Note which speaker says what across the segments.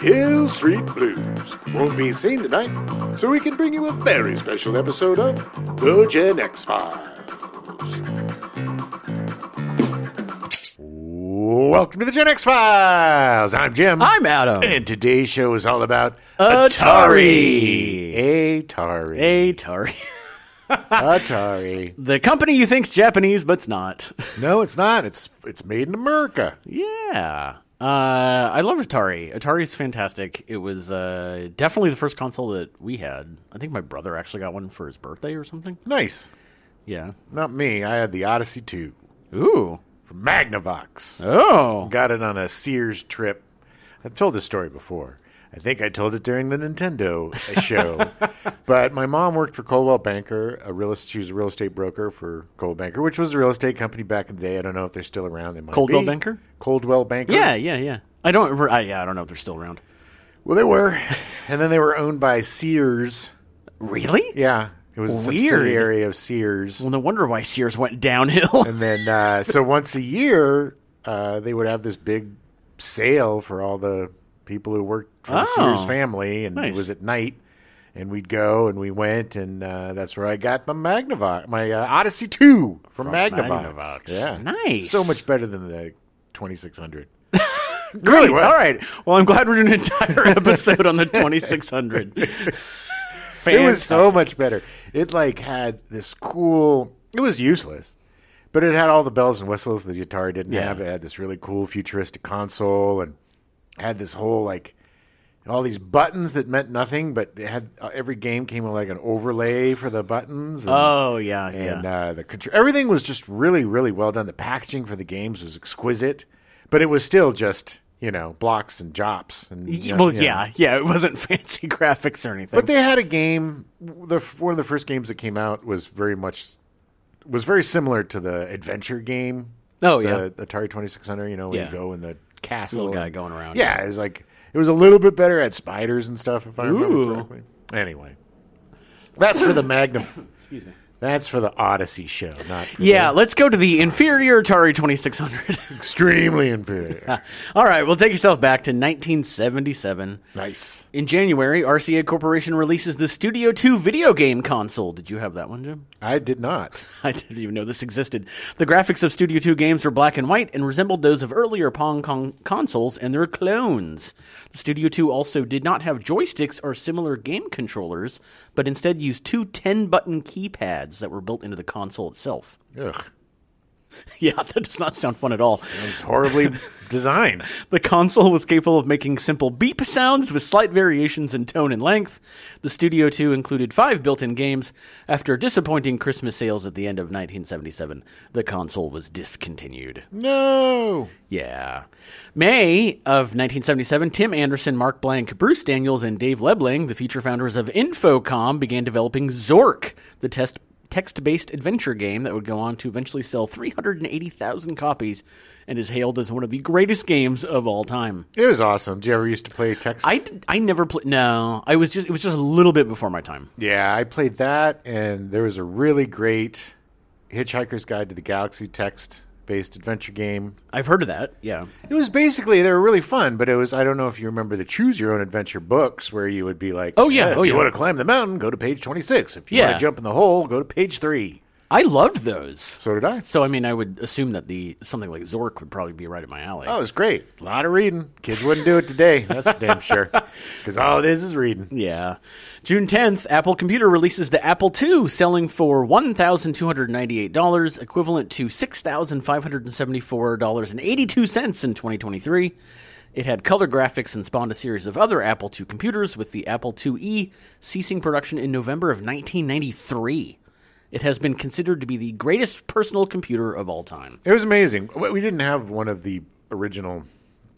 Speaker 1: Hill Street Blues won't be seen tonight, so we can bring you a very special episode of The Gen X Files. Welcome to The Gen X Files. I'm Jim.
Speaker 2: I'm Adam.
Speaker 1: and today's show is all about
Speaker 2: Atari.
Speaker 1: Atari.
Speaker 2: Atari.
Speaker 1: Atari.
Speaker 2: The company you think's Japanese, but's not.
Speaker 1: No, it's not. It's it's made in America.
Speaker 2: yeah. Uh, I love Atari. Atari's fantastic. It was uh, definitely the first console that we had. I think my brother actually got one for his birthday or something.
Speaker 1: Nice.
Speaker 2: Yeah.
Speaker 1: Not me. I had the Odyssey 2
Speaker 2: Ooh.
Speaker 1: from Magnavox.
Speaker 2: Oh.
Speaker 1: Got it on a Sears trip. I've told this story before. I think I told it during the Nintendo show. but my mom worked for Coldwell Banker, a real she was a real estate broker for Coldwell Banker, which was a real estate company back in the day. I don't know if they're still around. They might
Speaker 2: Coldwell
Speaker 1: be.
Speaker 2: Banker?
Speaker 1: Coldwell Banker.
Speaker 2: Yeah, yeah, yeah. I don't. remember- I, yeah, I don't know if they're still around.
Speaker 1: Well, they were, and then they were owned by Sears.
Speaker 2: Really?
Speaker 1: Yeah, it was a
Speaker 2: Weird.
Speaker 1: subsidiary of Sears.
Speaker 2: Well, no wonder why Sears went downhill.
Speaker 1: And then, uh, so once a year, uh, they would have this big sale for all the people who worked for the
Speaker 2: Oh.
Speaker 1: Sears family, and
Speaker 2: Nice.
Speaker 1: it was at night. And we'd go, and we went, and uh, that's where I got my Magnavox, my uh, Odyssey Two from, Magnavox.
Speaker 2: Magnavox.
Speaker 1: Yeah,
Speaker 2: Nice.
Speaker 1: So much better than the twenty six hundred.
Speaker 2: Great.
Speaker 1: was.
Speaker 2: All right. Well, I'm glad we're doing an entire episode on the 2600.
Speaker 1: It was so much better. It like had this cool. It was useless, but it had all the bells and whistles the guitar didn't
Speaker 2: Yeah.
Speaker 1: have. It had this really cool futuristic console and had this whole like all these buttons that meant nothing, but it had uh, every game came with like an overlay for the buttons. And,
Speaker 2: Oh yeah, yeah.
Speaker 1: and uh, the contr- everything was just really, really well done. The packaging for the games was exquisite, but it was still just you know blocks and jops and
Speaker 2: Y-
Speaker 1: you know,
Speaker 2: well,
Speaker 1: you know.
Speaker 2: yeah, yeah. It wasn't fancy graphics or anything.
Speaker 1: But they had a game. The one of the first games that came out was very much was very similar to the adventure game.
Speaker 2: Oh,
Speaker 1: the, yeah, Atari Twenty Six Hundred. You know, where
Speaker 2: Yeah.
Speaker 1: you go in the castle.
Speaker 2: Little guy
Speaker 1: and-
Speaker 2: going around,
Speaker 1: Yeah, it was like it was a little bit better. It had spiders and stuff. If I
Speaker 2: Ooh.
Speaker 1: remember correctly. Anyway, that's for the Magnum.
Speaker 2: Excuse me.
Speaker 1: That's for the Odyssey show, not for
Speaker 2: Yeah, let's go to the inferior Atari 2600.
Speaker 1: the extremely inferior.
Speaker 2: All right, well, take yourself back to 1977.
Speaker 1: nice.
Speaker 2: In January, RCA Corporation releases the Studio 2 video game console. Did you have that one, Jim?
Speaker 1: I did not.
Speaker 2: I didn't even know this existed. The graphics of Studio 2 games were black and white and resembled those of earlier Pong Kong consoles and their clones. The Studio 2 also did not have joysticks or similar game controllers, but instead used two 10 button keypads that were built into the console itself.
Speaker 1: Ugh,
Speaker 2: yeah, that does not sound fun at all.
Speaker 1: it's horribly designed.
Speaker 2: The console was capable of making simple beep sounds with slight variations in tone and length. The Studio 2 included five built in games. After disappointing Christmas sales at the end of 1977, the console was discontinued.
Speaker 1: No.
Speaker 2: Yeah. May of 1977, Tim Anderson, Mark Blank, Bruce Daniels, and Dave Lebling, the future founders of Infocom, began developing Zork, the test text-based adventure game that would go on to eventually sell 380,000 copies and is hailed as one of the greatest games of all time.
Speaker 1: It was awesome. Did you ever used to play text?
Speaker 2: I, d- I never played no I was just it was just a little bit before my time.
Speaker 1: Yeah, I played that, and there was a really great Hitchhiker's Guide to the Galaxy text based adventure game.
Speaker 2: I've heard of that. Yeah.
Speaker 1: It was basically, they were really fun, but it was, I don't know if you remember the Choose Your Own Adventure books where you would be like,
Speaker 2: Oh, yeah,
Speaker 1: if
Speaker 2: oh,
Speaker 1: you
Speaker 2: yeah.
Speaker 1: want to climb the mountain, go to page 26. If you want
Speaker 2: Yeah.
Speaker 1: to jump in the hole, go to page three.
Speaker 2: I loved those. So
Speaker 1: did I.
Speaker 2: So I mean I would assume that the something like Zork would probably be right up my alley.
Speaker 1: Oh, it was great. A lot of reading. Kids wouldn't do it today. That's for damn sure. Because all it is is reading.
Speaker 2: Yeah. June 10th, Apple Computer releases the Apple II, selling for $1,298, equivalent to $6,574.82 in 2023. It had color graphics and spawned a series of other Apple II computers, with the Apple IIe ceasing production in November of 1993. It has been considered to be the greatest personal computer of all time.
Speaker 1: It was amazing. We we didn't have one of the original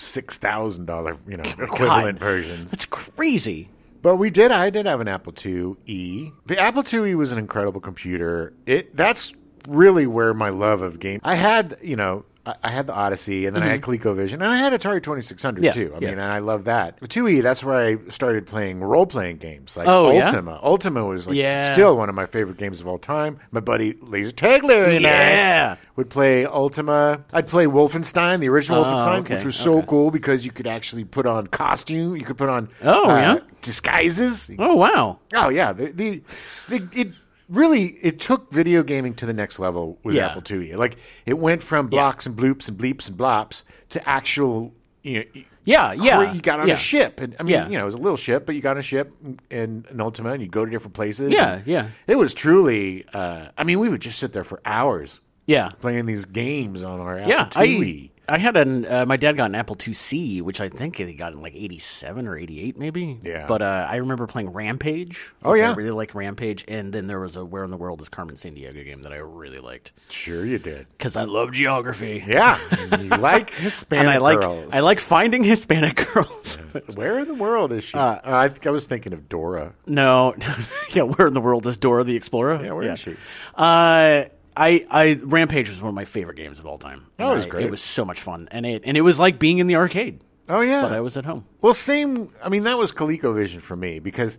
Speaker 1: $6,000, you know, equivalent
Speaker 2: God.
Speaker 1: versions.
Speaker 2: That's crazy.
Speaker 1: But we did. I did have an Apple IIe. The Apple IIe was an incredible computer. It that's really where my love of game. I had you know I, I had the Odyssey, and then I had ColecoVision, and I had Atari Twenty Six Hundred
Speaker 2: Mm-hmm. Yeah,
Speaker 1: too. I
Speaker 2: yeah.
Speaker 1: mean, and I love that. With 2E, that's where I started playing role playing games like
Speaker 2: Oh, yeah?
Speaker 1: Ultima. Ultima was like
Speaker 2: Yeah.
Speaker 1: still one of my favorite games of all time. My buddy Laser Tag Larry and
Speaker 2: Yeah.
Speaker 1: I would play Ultima. I'd play Wolfenstein, the original
Speaker 2: Oh,
Speaker 1: Wolfenstein,
Speaker 2: okay,
Speaker 1: which was so
Speaker 2: okay.
Speaker 1: cool because you could actually put on costume. You could put on
Speaker 2: Oh,
Speaker 1: uh,
Speaker 2: yeah?
Speaker 1: disguises.
Speaker 2: Oh wow.
Speaker 1: Oh yeah, the, the, the it really it took video gaming to the next level with
Speaker 2: Yeah.
Speaker 1: Apple IIe. Like it went from blocks and bloops and bleeps and blops to actual. You know,
Speaker 2: Yeah, yeah.
Speaker 1: where you got on
Speaker 2: yeah.
Speaker 1: a ship, and I mean,
Speaker 2: Yeah.
Speaker 1: you know, it was a little ship, but you got on a ship in, in Ultima, and you go to different places.
Speaker 2: Yeah,
Speaker 1: and
Speaker 2: yeah.
Speaker 1: It was truly. Uh, I mean, we would just sit there for hours
Speaker 2: Yeah.
Speaker 1: playing these games on our Apple
Speaker 2: Yeah, I,
Speaker 1: IIe.
Speaker 2: I had an uh, my dad got an Apple IIc, which I think he got in like '87 or '88, maybe.
Speaker 1: Yeah.
Speaker 2: But uh, I remember playing Rampage.
Speaker 1: Oh, yeah.
Speaker 2: I really liked Rampage, and then there was a Where in the World is Carmen San Diego game that I really liked
Speaker 1: sure, you did.
Speaker 2: because I love geography.
Speaker 1: Yeah, and you like Hispanic
Speaker 2: And I like
Speaker 1: girls.
Speaker 2: I like finding Hispanic girls.
Speaker 1: Where in the world is she? Uh, I think I was thinking of Dora.
Speaker 2: no, yeah, where in the world is Dora the Explorer?
Speaker 1: Yeah, where is she?
Speaker 2: Uh, I, I Rampage was one of my favorite games of all time.
Speaker 1: That was
Speaker 2: I-
Speaker 1: great.
Speaker 2: It was so much fun, and it and it was like being in the arcade,
Speaker 1: Oh yeah.
Speaker 2: but I was at home.
Speaker 1: well, same. I mean, that was ColecoVision for me because,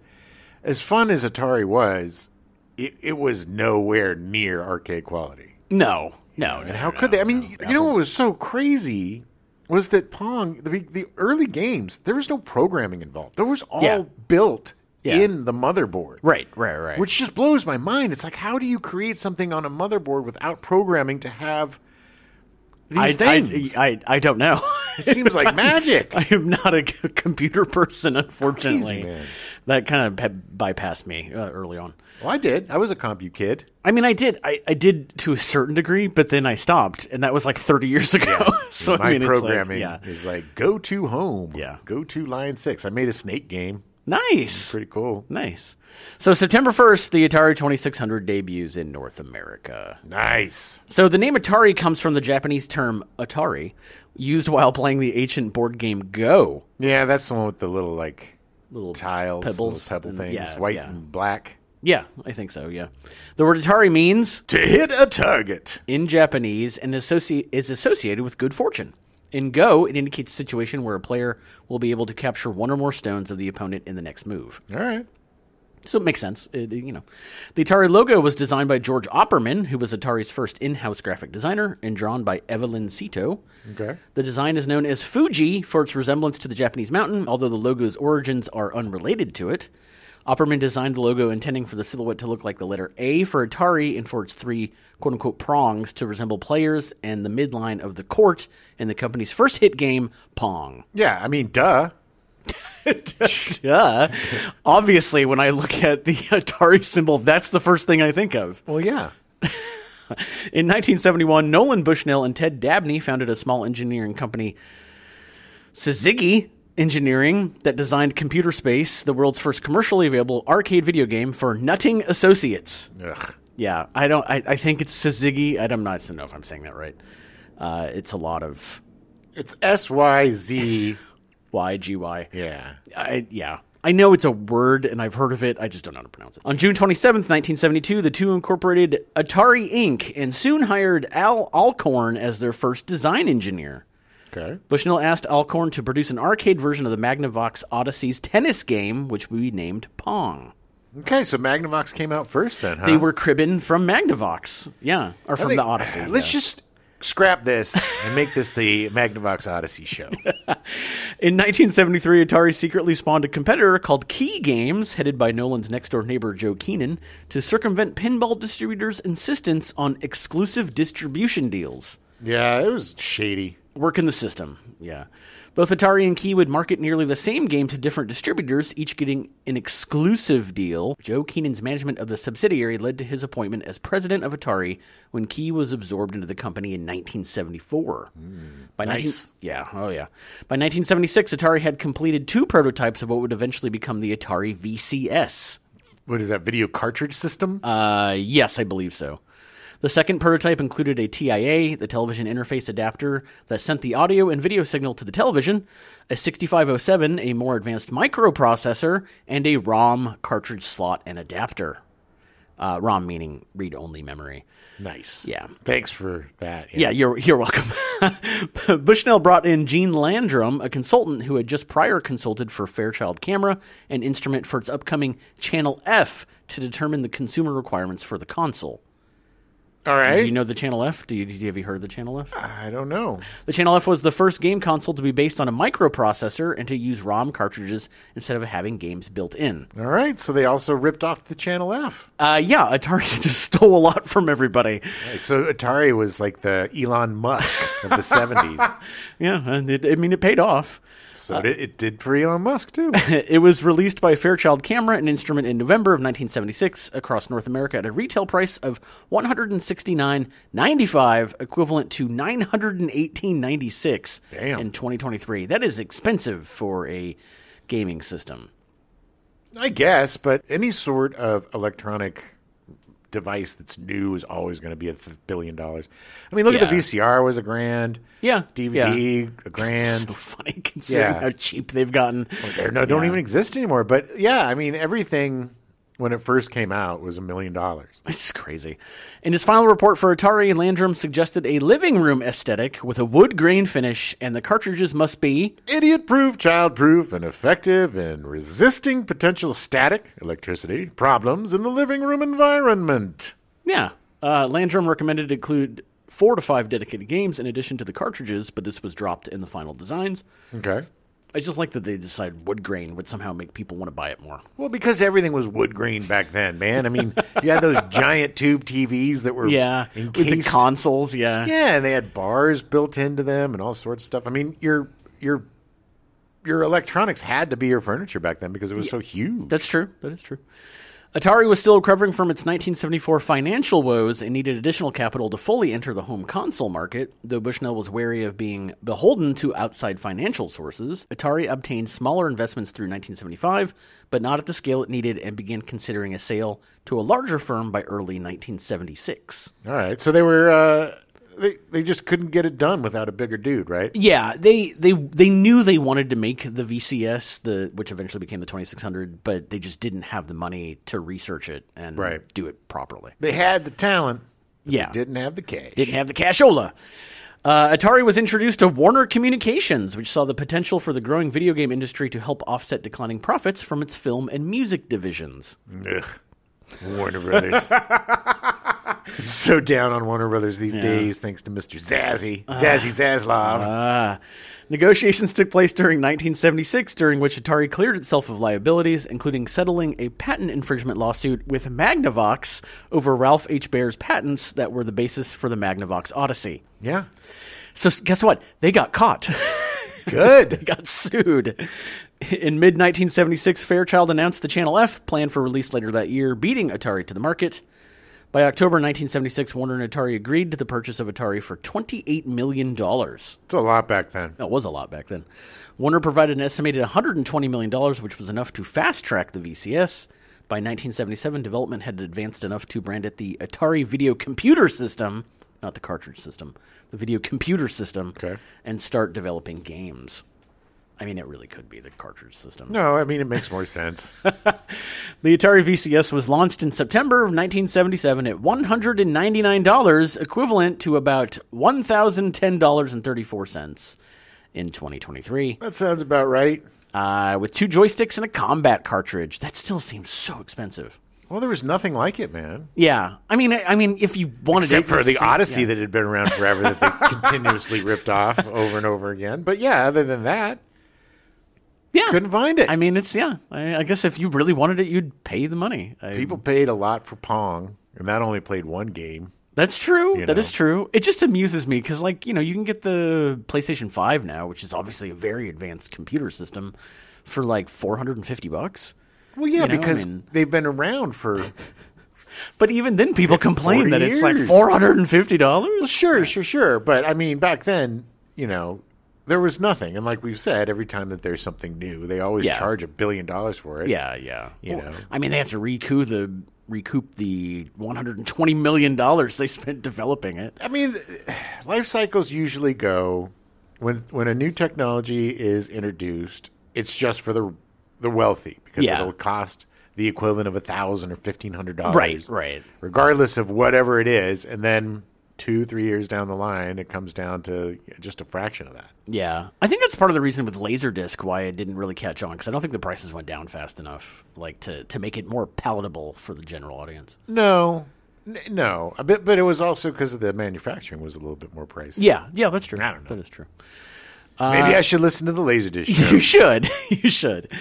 Speaker 1: as fun as Atari was, it, it was nowhere near arcade quality.
Speaker 2: No, no, no.
Speaker 1: And how could they? I mean, you know what was so crazy was that Pong, the the early games, there was no programming involved. There was all
Speaker 2: Yeah.
Speaker 1: built
Speaker 2: Yeah.
Speaker 1: in the motherboard.
Speaker 2: Right, right, right.
Speaker 1: Which just blows my mind. It's like, how do you create something on a motherboard without programming to have these
Speaker 2: I,
Speaker 1: things?
Speaker 2: I, I, I don't know.
Speaker 1: it seems like magic.
Speaker 2: I am not a c- computer person, unfortunately.
Speaker 1: man.
Speaker 2: that kind of bypassed me uh, early on.
Speaker 1: Well, I did. I was a compu kid.
Speaker 2: I mean, I did, I, I did to a certain degree, but then I stopped, and that was like 30 years ago. so
Speaker 1: my
Speaker 2: I mean, it's like,
Speaker 1: programming
Speaker 2: yeah,
Speaker 1: is like go to home.
Speaker 2: Yeah.
Speaker 1: Go to line six. I made a snake game.
Speaker 2: nice,
Speaker 1: Pretty cool.
Speaker 2: nice. So September 1st, the Atari 2600 debuts in North America.
Speaker 1: Nice.
Speaker 2: So the name Atari comes from the Japanese term Atari, used while playing the ancient board game Go.
Speaker 1: Yeah, that's the one with the little like
Speaker 2: Little
Speaker 1: tiles,
Speaker 2: pebbles
Speaker 1: little pebble
Speaker 2: and-
Speaker 1: things,
Speaker 2: yeah,
Speaker 1: white
Speaker 2: yeah.
Speaker 1: and black.
Speaker 2: Yeah, I think so. Yeah, the word Atari means
Speaker 1: To hit a target.
Speaker 2: in Japanese and associ- is associated with good fortune. In Go, it indicates a situation where a player will be able to capture one or more stones of the opponent in the next move.
Speaker 1: All right.
Speaker 2: So it makes sense, it, you know. The Atari logo was designed by George Opperman, who was Atari's first in-house graphic designer, and drawn by Evelyn Sito.
Speaker 1: Okay.
Speaker 2: The design is known as Fuji for its resemblance to the Japanese mountain, although the logo's origins are unrelated to it. Opperman designed the logo intending for the silhouette to look like the letter A for Atari and for its three quote unquote prongs to resemble players and the midline of the court in the company's first hit game, Pong.
Speaker 1: Yeah, I mean, duh.
Speaker 2: Duh. Obviously, when I look at the Atari symbol, that's the first thing I think of.
Speaker 1: Well, yeah.
Speaker 2: In 1971, Nolan Bushnell and Ted Dabney founded a small engineering company, Sazigi Engineering, that designed Computer Space, the world's first commercially available arcade video game for Nutting Associates.
Speaker 1: Ugh.
Speaker 2: Yeah, I don't. I, I think it's Sazigi. I don't know. I don't know if I'm saying that right. Uh, it's a lot of
Speaker 1: It's S Y Z.
Speaker 2: Y G Y.
Speaker 1: Yeah.
Speaker 2: I, yeah. I know it's a word and I've heard of it. I just don't know how to pronounce it. On June 27th, 1972, the two incorporated Atari Inc. and soon hired Al Alcorn as their first design engineer.
Speaker 1: Okay.
Speaker 2: Bushnell asked Alcorn to produce an arcade version of the Magnavox Odyssey's tennis game, which would be named Pong.
Speaker 1: Okay, so Magnavox came out first then, huh?
Speaker 2: They were cribbing from Magnavox. Yeah. Or from the Odyssey.
Speaker 1: Let's
Speaker 2: yeah.
Speaker 1: just scrap this and make this the Magnavox Odyssey show.
Speaker 2: In 1973, Atari secretly spawned a competitor called Key Games, headed by Nolan's next door neighbor Joe Keenan, to circumvent pinball distributors' insistence on exclusive distribution deals.
Speaker 1: yeah, it was shady.
Speaker 2: Work in the system, yeah. Both Atari and Key would market nearly the same game to different distributors, each getting an exclusive deal. Joe Keenan's management of the subsidiary led to his appointment as president of Atari when Key was absorbed into the company in 1974. By 19
Speaker 1: nice.
Speaker 2: yeah, oh yeah. By 1976, Atari had completed two prototypes of what would eventually become the Atari VCS.
Speaker 1: What is that video cartridge system?
Speaker 2: Uh, yes, I believe so. The second prototype included a TIA, the television interface adapter, that sent the audio and video signal to the television, a 6507, a more advanced microprocessor, and a ROM cartridge slot and adapter. Uh, ROM meaning read only memory.
Speaker 1: Nice.
Speaker 2: Yeah.
Speaker 1: Thanks for that.
Speaker 2: Yeah, you're you're welcome. Bushnell brought in Gene Landrum, a consultant who had just prior consulted for Fairchild Camera, an instrument for its upcoming Channel F to determine the consumer requirements for the console.
Speaker 1: All right.
Speaker 2: Do you know the Channel F? Do you, do you- have you heard the Channel F?
Speaker 1: I don't know.
Speaker 2: The Channel F was the first game console to be based on a microprocessor and to use ROM cartridges instead of having games built in.
Speaker 1: All right. So they also ripped off the Channel F.
Speaker 2: Uh, yeah, Atari just stole a lot from everybody.
Speaker 1: So Atari was like the Elon Musk of the 70s.
Speaker 2: Yeah, and it, I mean, it paid off.
Speaker 1: So did, it did for Elon Musk, too.
Speaker 2: It was released by Fairchild Camera and Instrument in November of 1976 across North America at a retail price of 169.95, equivalent to 918.96
Speaker 1: Damn.
Speaker 2: in 2023. That is expensive for a gaming system.
Speaker 1: I guess, but any sort of electronic device that's new is always going to be a th- billion dollars. I mean, look at the
Speaker 2: Yeah.
Speaker 1: VCR was a grand.
Speaker 2: Yeah,
Speaker 1: DVD a
Speaker 2: So
Speaker 1: grand.
Speaker 2: funny considering
Speaker 1: Yeah.
Speaker 2: how cheap they've gotten.
Speaker 1: They no, don't
Speaker 2: Yeah.
Speaker 1: even exist anymore. But yeah, I mean, everything when it first came out was a million dollars.
Speaker 2: This is crazy. In his final report for Atari, Landrum suggested a living room aesthetic with a wood grain finish, and the cartridges must be
Speaker 1: Idiot proof, child proof, and effective in resisting potential static, electricity, problems in the living room environment.
Speaker 2: Yeah. Uh, Landrum recommended to include four to five dedicated games in addition to the cartridges, but this was dropped in the final designs.
Speaker 1: Okay.
Speaker 2: I just like that they decided wood grain would somehow make people want to buy it more.
Speaker 1: Well, because everything was wood grain back then, man. I mean, you had those giant tube TVs that were
Speaker 2: With
Speaker 1: encased.
Speaker 2: the consoles, yeah.
Speaker 1: yeah, and they had bars built into them and all sorts of stuff. I mean, your your your electronics had to be your furniture back then because it was so huge.
Speaker 2: That's true. That is true. Atari was still recovering from its 1974 financial woes and needed additional capital to fully enter the home console market. Though Bushnell was wary of being beholden to outside financial sources, Atari obtained smaller investments through 1975, but not at the scale it needed, and began considering a sale to a larger firm by early 1976.
Speaker 1: All right, so they were uh, they they just couldn't get it done without a bigger dude, right?
Speaker 2: Yeah, they they they knew they wanted to make the VCS, the which eventually became the 2600, but they just didn't have the money to research it and
Speaker 1: Right.
Speaker 2: do it properly.
Speaker 1: They had the talent, but
Speaker 2: Yeah.
Speaker 1: they didn't have the cash.
Speaker 2: didn't have the cashola. Uh, Atari was introduced to Warner Communications, which saw the potential for the growing video game industry to help offset declining profits from its film and music divisions.
Speaker 1: Ugh. Warner Brothers. I'm so down on Warner Brothers these days, thanks to Mr. Zazzy,
Speaker 2: Uh-huh.
Speaker 1: Zazzy Zaslav.
Speaker 2: Ah. Negotiations took place during 1976, during which Atari cleared itself of liabilities, including settling a patent infringement lawsuit with Magnavox over Ralph H. Baer's patents that were the basis for the Magnavox Odyssey.
Speaker 1: yeah,
Speaker 2: So, s- guess what? They got caught.
Speaker 1: good.
Speaker 2: got sued. In mid 1976, Fairchild announced the Channel F, planned for release later that year, beating Atari to the market. By October 1976, Warner and Atari agreed to the purchase of Atari for $28 million. That
Speaker 1: It's a lot back then.
Speaker 2: was a lot back then. Warner provided an estimated $120 million, which was enough to fast track the VCS. By 1977, development had advanced enough to brand it the Atari Video Computer System, not the cartridge system, the video computer system,
Speaker 1: Okay.
Speaker 2: and start developing games. I mean, it really could be the cartridge system.
Speaker 1: No, I mean it makes more sense.
Speaker 2: The Atari VCS was launched in September of 1977 at $199, equivalent to about $1,010.34 in 2023,
Speaker 1: that sounds about right.
Speaker 2: uh, with two joysticks and a combat cartridge. That still seems so expensive.
Speaker 1: Well, there was nothing like it, man.
Speaker 2: Yeah, I mean, I, I mean, if you wanted
Speaker 1: Except
Speaker 2: to,
Speaker 1: for the
Speaker 2: yeah.
Speaker 1: Odyssey that had been around forever that they continuously ripped off over and over again. But yeah, other than that,
Speaker 2: yeah,
Speaker 1: couldn't find it.
Speaker 2: I mean, it's yeah. I, I guess if you really wanted it, you'd pay the money. I-
Speaker 1: People paid a lot for Pong, and that only played one game.
Speaker 2: That's true. That is
Speaker 1: You know.
Speaker 2: true. It just amuses me because, like, you know, you can get the PlayStation Five now, which is obviously a very advanced computer system, for like four hundred and fifty bucks.
Speaker 1: Well, yeah,
Speaker 2: You know, I
Speaker 1: because
Speaker 2: mean-
Speaker 1: they've been around for
Speaker 2: But even then, people complain
Speaker 1: 40
Speaker 2: that it's like
Speaker 1: years.
Speaker 2: four hundred and fifty dollars.
Speaker 1: sure, sure, sure. But I mean, back then, you know, there was nothing, and like we've said, every time that there's something new, they always
Speaker 2: Yeah.
Speaker 1: charge a billion dollars for it.
Speaker 2: Yeah, yeah.
Speaker 1: You
Speaker 2: Well,
Speaker 1: know.
Speaker 2: I mean, they have to recoup the recoup the one hundred and twenty million dollars they spent developing it.
Speaker 1: I mean, life cycles usually go when when a new technology is introduced. It's just for the the wealthy because
Speaker 2: Yeah.
Speaker 1: it'll cost the equivalent of a thousand or fifteen hundred dollars.
Speaker 2: Right, right.
Speaker 1: Regardless of whatever it is, and then two, three years down the line, it comes down to just a fraction of that.
Speaker 2: Yeah, I think that's part of the reason with Laserdisc why it didn't really catch on because I don't think the prices went down fast enough, like to to make it more palatable for the general audience.
Speaker 1: No, n- no, a bit, but it was also because the manufacturing was a little bit more pricey.
Speaker 2: Yeah, yeah, that's true.
Speaker 1: I don't know.
Speaker 2: That is true.
Speaker 1: Maybe
Speaker 2: Uh,
Speaker 1: I should listen to the Laserdisc show.
Speaker 2: You should. You should.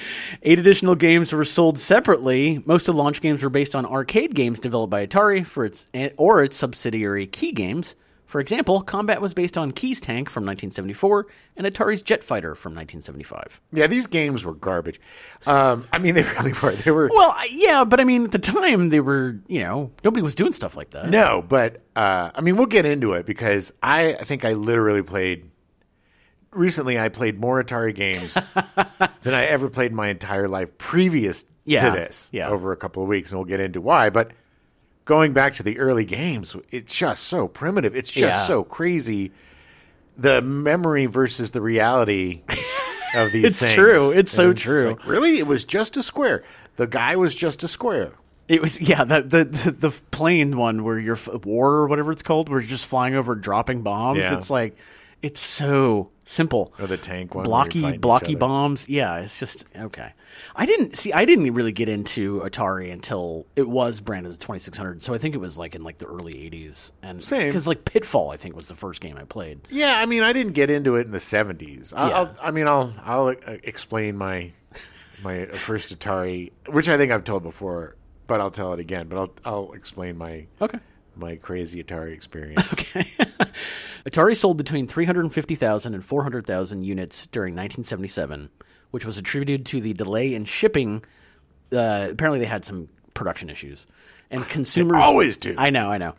Speaker 2: Eight additional games were sold separately. Most of the launch games were based on arcade games developed by Atari for its or its subsidiary Key Games. For example, Combat was based on Key's Tank from 1974 and Atari's Jet Fighter from 1975.
Speaker 1: yeah, these games were garbage. Um, I mean, they really were. They were
Speaker 2: Well, I- yeah, but I mean, at the time, they were, you know, nobody was doing stuff like that.
Speaker 1: No, but uh, I mean, we'll get into it because I, I think I literally played. Recently, I played more Atari games than I ever played in my entire life previous
Speaker 2: Yeah,
Speaker 1: to this
Speaker 2: yeah.
Speaker 1: over a couple of weeks, and we'll get into why. But going back to the early games, it's just so primitive. It's just
Speaker 2: Yeah.
Speaker 1: so crazy. The memory versus the reality of these
Speaker 2: It's
Speaker 1: things.
Speaker 2: true. It's so
Speaker 1: And
Speaker 2: true.
Speaker 1: like, really? It was just a square. The guy was just a square.
Speaker 2: It was, yeah, that, the, the the plane one where you're f- war or whatever it's called, where you're just flying over dropping bombs.
Speaker 1: Yeah.
Speaker 2: It's like, it's so simple.
Speaker 1: Or the tank one. where you're fighting
Speaker 2: blocky
Speaker 1: each
Speaker 2: blocky
Speaker 1: other.
Speaker 2: bombs yeah it's just okay i didn't see i didn't really get into atari until it was branded as 2600 so i think it was like in like the early 80s and
Speaker 1: Same.
Speaker 2: because like pitfall i think was the first game i played
Speaker 1: Yeah, I mean, I didn't get into it in the seventies. I'll,
Speaker 2: Yeah.
Speaker 1: I'll, I mean, I'll I'll uh, explain my my first Atari, which I think I've told before, but I'll tell it again. But I'll I'll explain my
Speaker 2: okay
Speaker 1: my crazy Atari experience.
Speaker 2: okay atari sold between 350000 and 400000 units during 1977 which was attributed to the delay in shipping uh, apparently they had some production issues and consumers
Speaker 1: always do.
Speaker 2: i know i know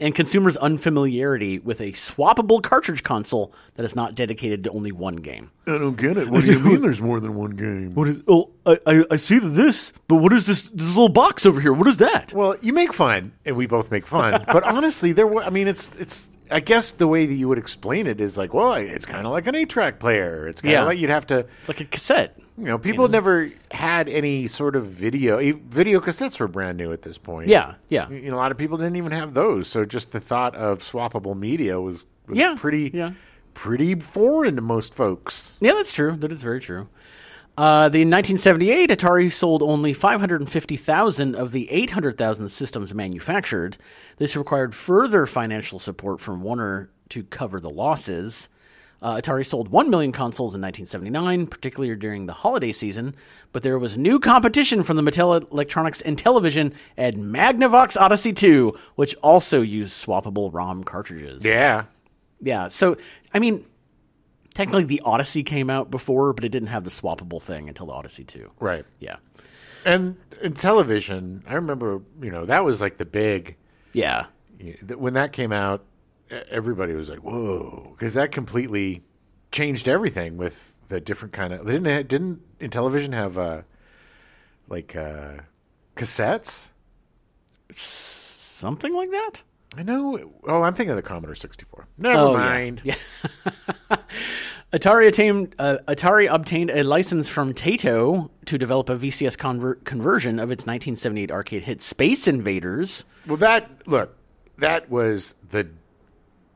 Speaker 2: and consumers' unfamiliarity with a swappable cartridge console that is not dedicated to only one game.
Speaker 1: I don't get it. What do you mean? There's more than one game.
Speaker 2: What is? Oh, I, I, I see this, but what is this? This little box over here. What is that?
Speaker 1: Well, you make fun, and we both make fun. but honestly, there. Were, I mean, it's it's. I guess the way that you would explain it is like, well, it's kind of like an eight track player. It's kind of
Speaker 2: Yeah.
Speaker 1: like you'd have to.
Speaker 2: It's like a cassette.
Speaker 1: You know, people never had any sort of video. e- Video cassettes were brand new at this point.
Speaker 2: Yeah, yeah,
Speaker 1: you know, a lot of people didn't even have those. So just the thought of swappable media was, was
Speaker 2: Yeah,
Speaker 1: pretty
Speaker 2: yeah.
Speaker 1: pretty foreign to most folks.
Speaker 2: yeah. That's true. That is very true. Uh, the in 1978, Atari sold only 550,000 of the 800,000 systems manufactured. This required further financial support from Warner to cover the losses. Uh, Atari sold 1 million consoles in 1979, particularly during the holiday season, but there was new competition from the Mattel Electronics and Television at Magnavox Odyssey 2, which also used swappable ROM cartridges.
Speaker 1: Yeah.
Speaker 2: Yeah. So, I mean, technically the Odyssey came out before, but it didn't have the swappable thing until the Odyssey 2.
Speaker 1: Right.
Speaker 2: Yeah.
Speaker 1: And in television, I remember, you know, that was like the big
Speaker 2: Yeah.
Speaker 1: you know, th- when that came out, e- everybody was like, "Whoa," because that completely changed everything with the different kind of didn't it, didn't in television have uh like uh cassettes?
Speaker 2: Something like that?
Speaker 1: I know. Oh, I'm thinking of the Commodore 64. Never
Speaker 2: Oh, yeah.
Speaker 1: mind.
Speaker 2: Atari attained, uh, Atari obtained a license from Taito to develop a VCS conver- conversion of its 1978 arcade hit Space Invaders.
Speaker 1: Well, that look, that was the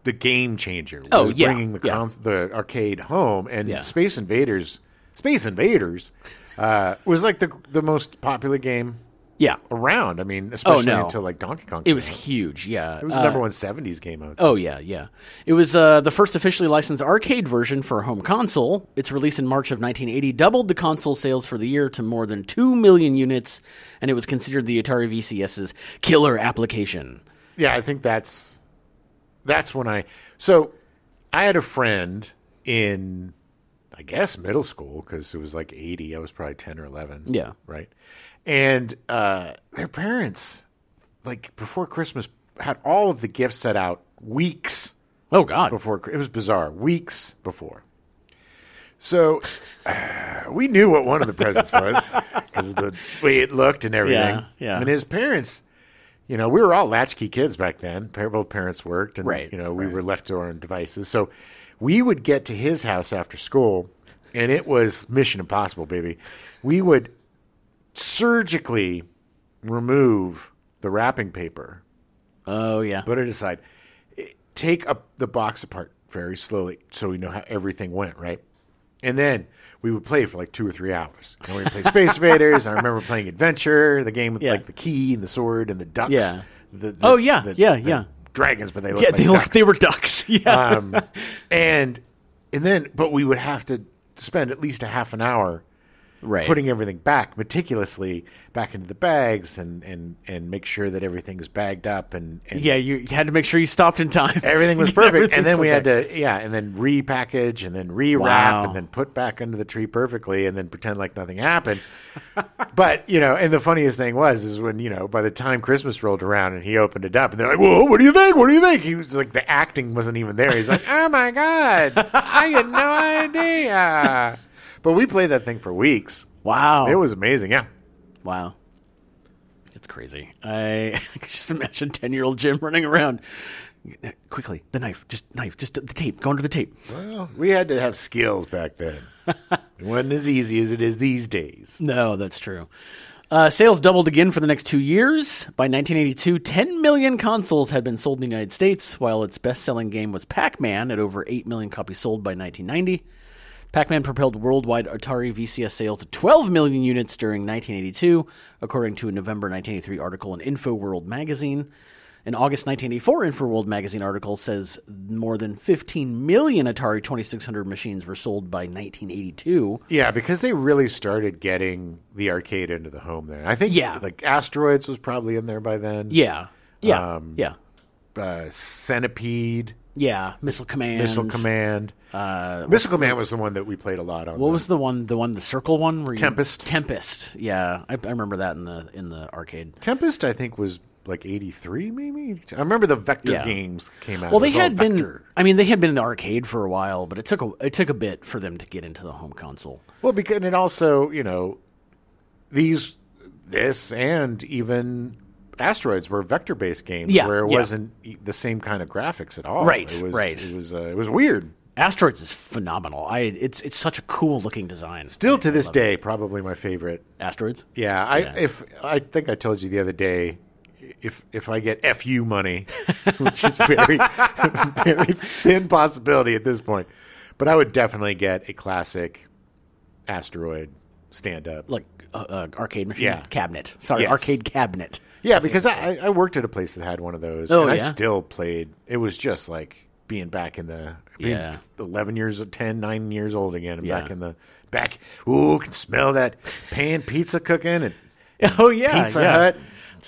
Speaker 1: the game changer.
Speaker 2: Oh,
Speaker 1: was
Speaker 2: yeah,
Speaker 1: bringing the
Speaker 2: yeah.
Speaker 1: cons- the arcade home and
Speaker 2: Yeah.
Speaker 1: Space Invaders. Space Invaders uh, was like the the most popular game
Speaker 2: Yeah.
Speaker 1: around. I mean, especially
Speaker 2: Oh, no.
Speaker 1: until like Donkey Kong.
Speaker 2: It was uh, huge. Yeah.
Speaker 1: it was the number one seventies game out.
Speaker 2: Oh yeah, yeah. It was uh, the first officially licensed arcade version for a home console. Its release in March of 1980 doubled the console sales for the year to more than two million units, and it was considered the Atari VCS's killer application.
Speaker 1: Yeah, I think that's that's when I. So I had a friend in, I guess, middle school because it was like eighty. I was probably ten or eleven.
Speaker 2: Yeah.
Speaker 1: right. And uh, their parents, like before Christmas, had all of the gifts set out weeks
Speaker 2: Oh God.
Speaker 1: before. It was bizarre. Weeks before. So we knew what one of the presents was because the way it looked and everything.
Speaker 2: Yeah, yeah.
Speaker 1: And his parents, you know, we were all latchkey kids back then. Pa- Both parents worked, and
Speaker 2: Right,
Speaker 1: you know, we were left to our own devices. So we would get to his house after school, and it was Mission Impossible, baby. We would surgically remove the wrapping paper,
Speaker 2: Oh yeah.
Speaker 1: put it aside, i- take up the box apart very slowly so we know how everything went, right? And then we would play for like two or three hours. And we would play Space Invaders. I remember playing Adventure, the game with
Speaker 2: Yeah.
Speaker 1: like the key and the sword and the ducks.
Speaker 2: Yeah.
Speaker 1: The, the-
Speaker 2: Oh, yeah,
Speaker 1: the-
Speaker 2: yeah,
Speaker 1: the
Speaker 2: yeah.
Speaker 1: Dragons, but they looked
Speaker 2: Yeah,
Speaker 1: like
Speaker 2: they
Speaker 1: ducks
Speaker 2: look, they were ducks. Yeah.
Speaker 1: um, and and then but we would have to spend at least a half an hour
Speaker 2: right.
Speaker 1: putting everything back meticulously back into the bags and and and make sure that everything is bagged up and, and
Speaker 2: yeah, you, you had to make sure you stopped in time.
Speaker 1: everything was
Speaker 2: Get
Speaker 1: perfect
Speaker 2: everything
Speaker 1: and then
Speaker 2: put
Speaker 1: we had
Speaker 2: back.
Speaker 1: to yeah and then repackage and then rewrap
Speaker 2: Wow.
Speaker 1: and then put back under the tree perfectly and then pretend like nothing happened but you know and the funniest thing was is when you know by the time christmas rolled around and he opened it up and they're like whoa what do you think what do you think he was like the acting wasn't even there he's like oh my god i had no idea but we played that thing for weeks
Speaker 2: Wow.
Speaker 1: it was amazing yeah
Speaker 2: Wow. It's crazy. I, I could just imagine 10 year old Jim running around. Quickly, the knife, just knife, just the tape, go under the tape.
Speaker 1: well we had to have skills back then it wasn't as easy as it is these days
Speaker 2: No, that's true. Uh, sales doubled again for the next two years. By 1982, 10 million consoles had been sold in the United States, while its best selling game was Pac Man at over 8 million copies sold by 1990. Pac Man propelled worldwide Atari VCS sales to 12 million units during 1982, according to a November 1983 article in InfoWorld magazine. An August 1984 InfoWorld magazine article says more than 15 million Atari 2600 machines were sold by 1982.
Speaker 1: Yeah, because they really started getting the arcade into the home then. I think
Speaker 2: Yeah.
Speaker 1: like Asteroids was probably in there by then.
Speaker 2: Yeah. Yeah.
Speaker 1: Um,
Speaker 2: yeah.
Speaker 1: Uh, Centipede,
Speaker 2: Yeah. Missile Command.
Speaker 1: Missile Command. Uh, Missile Command was the one that we played a lot on.
Speaker 2: What was the one? The one, the circle one? Where you-
Speaker 1: Tempest.
Speaker 2: Tempest. Yeah, I, I remember that in the in the arcade.
Speaker 1: Tempest, I think, was like 83 maybe? 82. I remember the Vector
Speaker 2: Yeah.
Speaker 1: games came out.
Speaker 2: Well,
Speaker 1: It
Speaker 2: they
Speaker 1: was all
Speaker 2: had been.
Speaker 1: Vector.
Speaker 2: I mean, they had been in the arcade for a while, but it took a it took a bit for them to get into the home console.
Speaker 1: Well, because and it also, you know, these, this, and even asteroids were vector-based games
Speaker 2: Yeah,
Speaker 1: where it
Speaker 2: yeah.
Speaker 1: wasn't e- the same kind of graphics at all.
Speaker 2: Right,
Speaker 1: It was,
Speaker 2: right.
Speaker 1: It was. Uh, it was weird.
Speaker 2: Asteroids is phenomenal. I it's it's such a cool looking design.
Speaker 1: Still to this day, probably my favorite.
Speaker 2: Asteroids.
Speaker 1: Yeah, I if I think I told you the other day, if if I get fu money, which is very very thin possibility at this point, but I would definitely get a classic asteroid stand up.
Speaker 2: Like uh, uh, arcade machine
Speaker 1: Yeah.
Speaker 2: cabinet. Sorry,
Speaker 1: Yes.
Speaker 2: arcade cabinet.
Speaker 1: Yeah, because I, I worked at a place that had one of those,
Speaker 2: Oh,
Speaker 1: and I
Speaker 2: yeah?
Speaker 1: still played. It was just like being back in the being
Speaker 2: Yeah.
Speaker 1: eleven years, 10, 9 years old again, and back
Speaker 2: Yeah.
Speaker 1: in the back. Ooh, can smell that pan pizza cooking and
Speaker 2: Oh yeah,
Speaker 1: Pizza
Speaker 2: yeah.
Speaker 1: Hut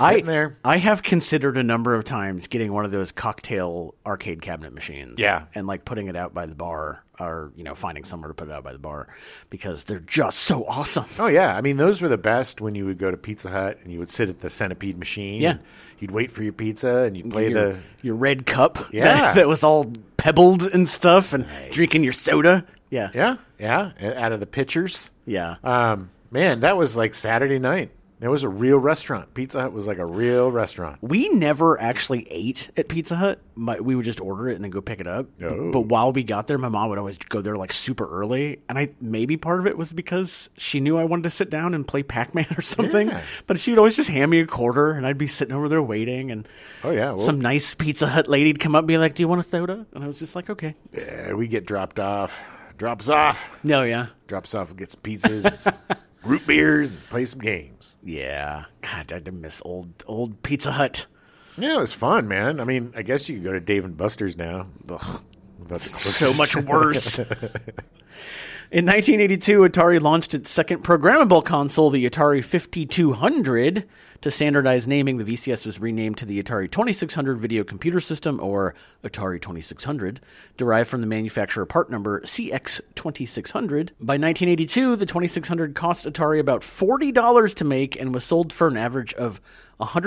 Speaker 2: I,
Speaker 1: sitting there.
Speaker 2: I have considered a number of times getting one of those cocktail arcade cabinet machines.
Speaker 1: Yeah.
Speaker 2: And like putting it out by the bar or, you know, finding somewhere to put it out by the bar because they're just so awesome.
Speaker 1: Oh yeah, I mean those were the best when you would go to Pizza Hut and you would sit at the centipede machine.
Speaker 2: Yeah.
Speaker 1: and you'd wait for your pizza and you'd play
Speaker 2: Your,
Speaker 1: the
Speaker 2: your red cup that-
Speaker 1: Yeah.
Speaker 2: that, was all pebbled and stuff and drinking your soda. Yeah.
Speaker 1: yeah yeah a- out of the pitchers.
Speaker 2: Yeah.
Speaker 1: Um, man, that was like Saturday night. It was a real restaurant. Pizza Hut was like a real restaurant.
Speaker 2: We never actually ate at Pizza Hut. My, we would just order it and then go pick it up. B-
Speaker 1: Oh.
Speaker 2: But, while we got there, my mom would always go there like super early, and I maybe part of it was because she knew I wanted to sit down and play Pac Man or something.
Speaker 1: Yeah.
Speaker 2: But she would always just hand me a quarter, and I'd be sitting over there waiting, and
Speaker 1: Oh yeah, well,
Speaker 2: some nice Pizza Hut lady'd come up and be like, "Do you want a soda?" And I was just like, "Okay,
Speaker 1: yeah, we get dropped off, drops off,
Speaker 2: no, yeah,
Speaker 1: drops off. We get some pizzas, and some root beers, and play some games.
Speaker 2: yeah." God, I do miss old old Pizza Hut.
Speaker 1: Yeah, it was fun, man. I mean, I guess you could go to Dave and Buster's now. Ugh, that's
Speaker 2: so much worse. In 1982, Atari launched its second programmable console, the Atari 5200. To standardize naming, the VCS was renamed to the Atari 2600 Video Computer System, or Atari 2600, derived from the manufacturer part number CX2600. By 1982, the 2600 cost Atari about $40 to make and was sold for an average of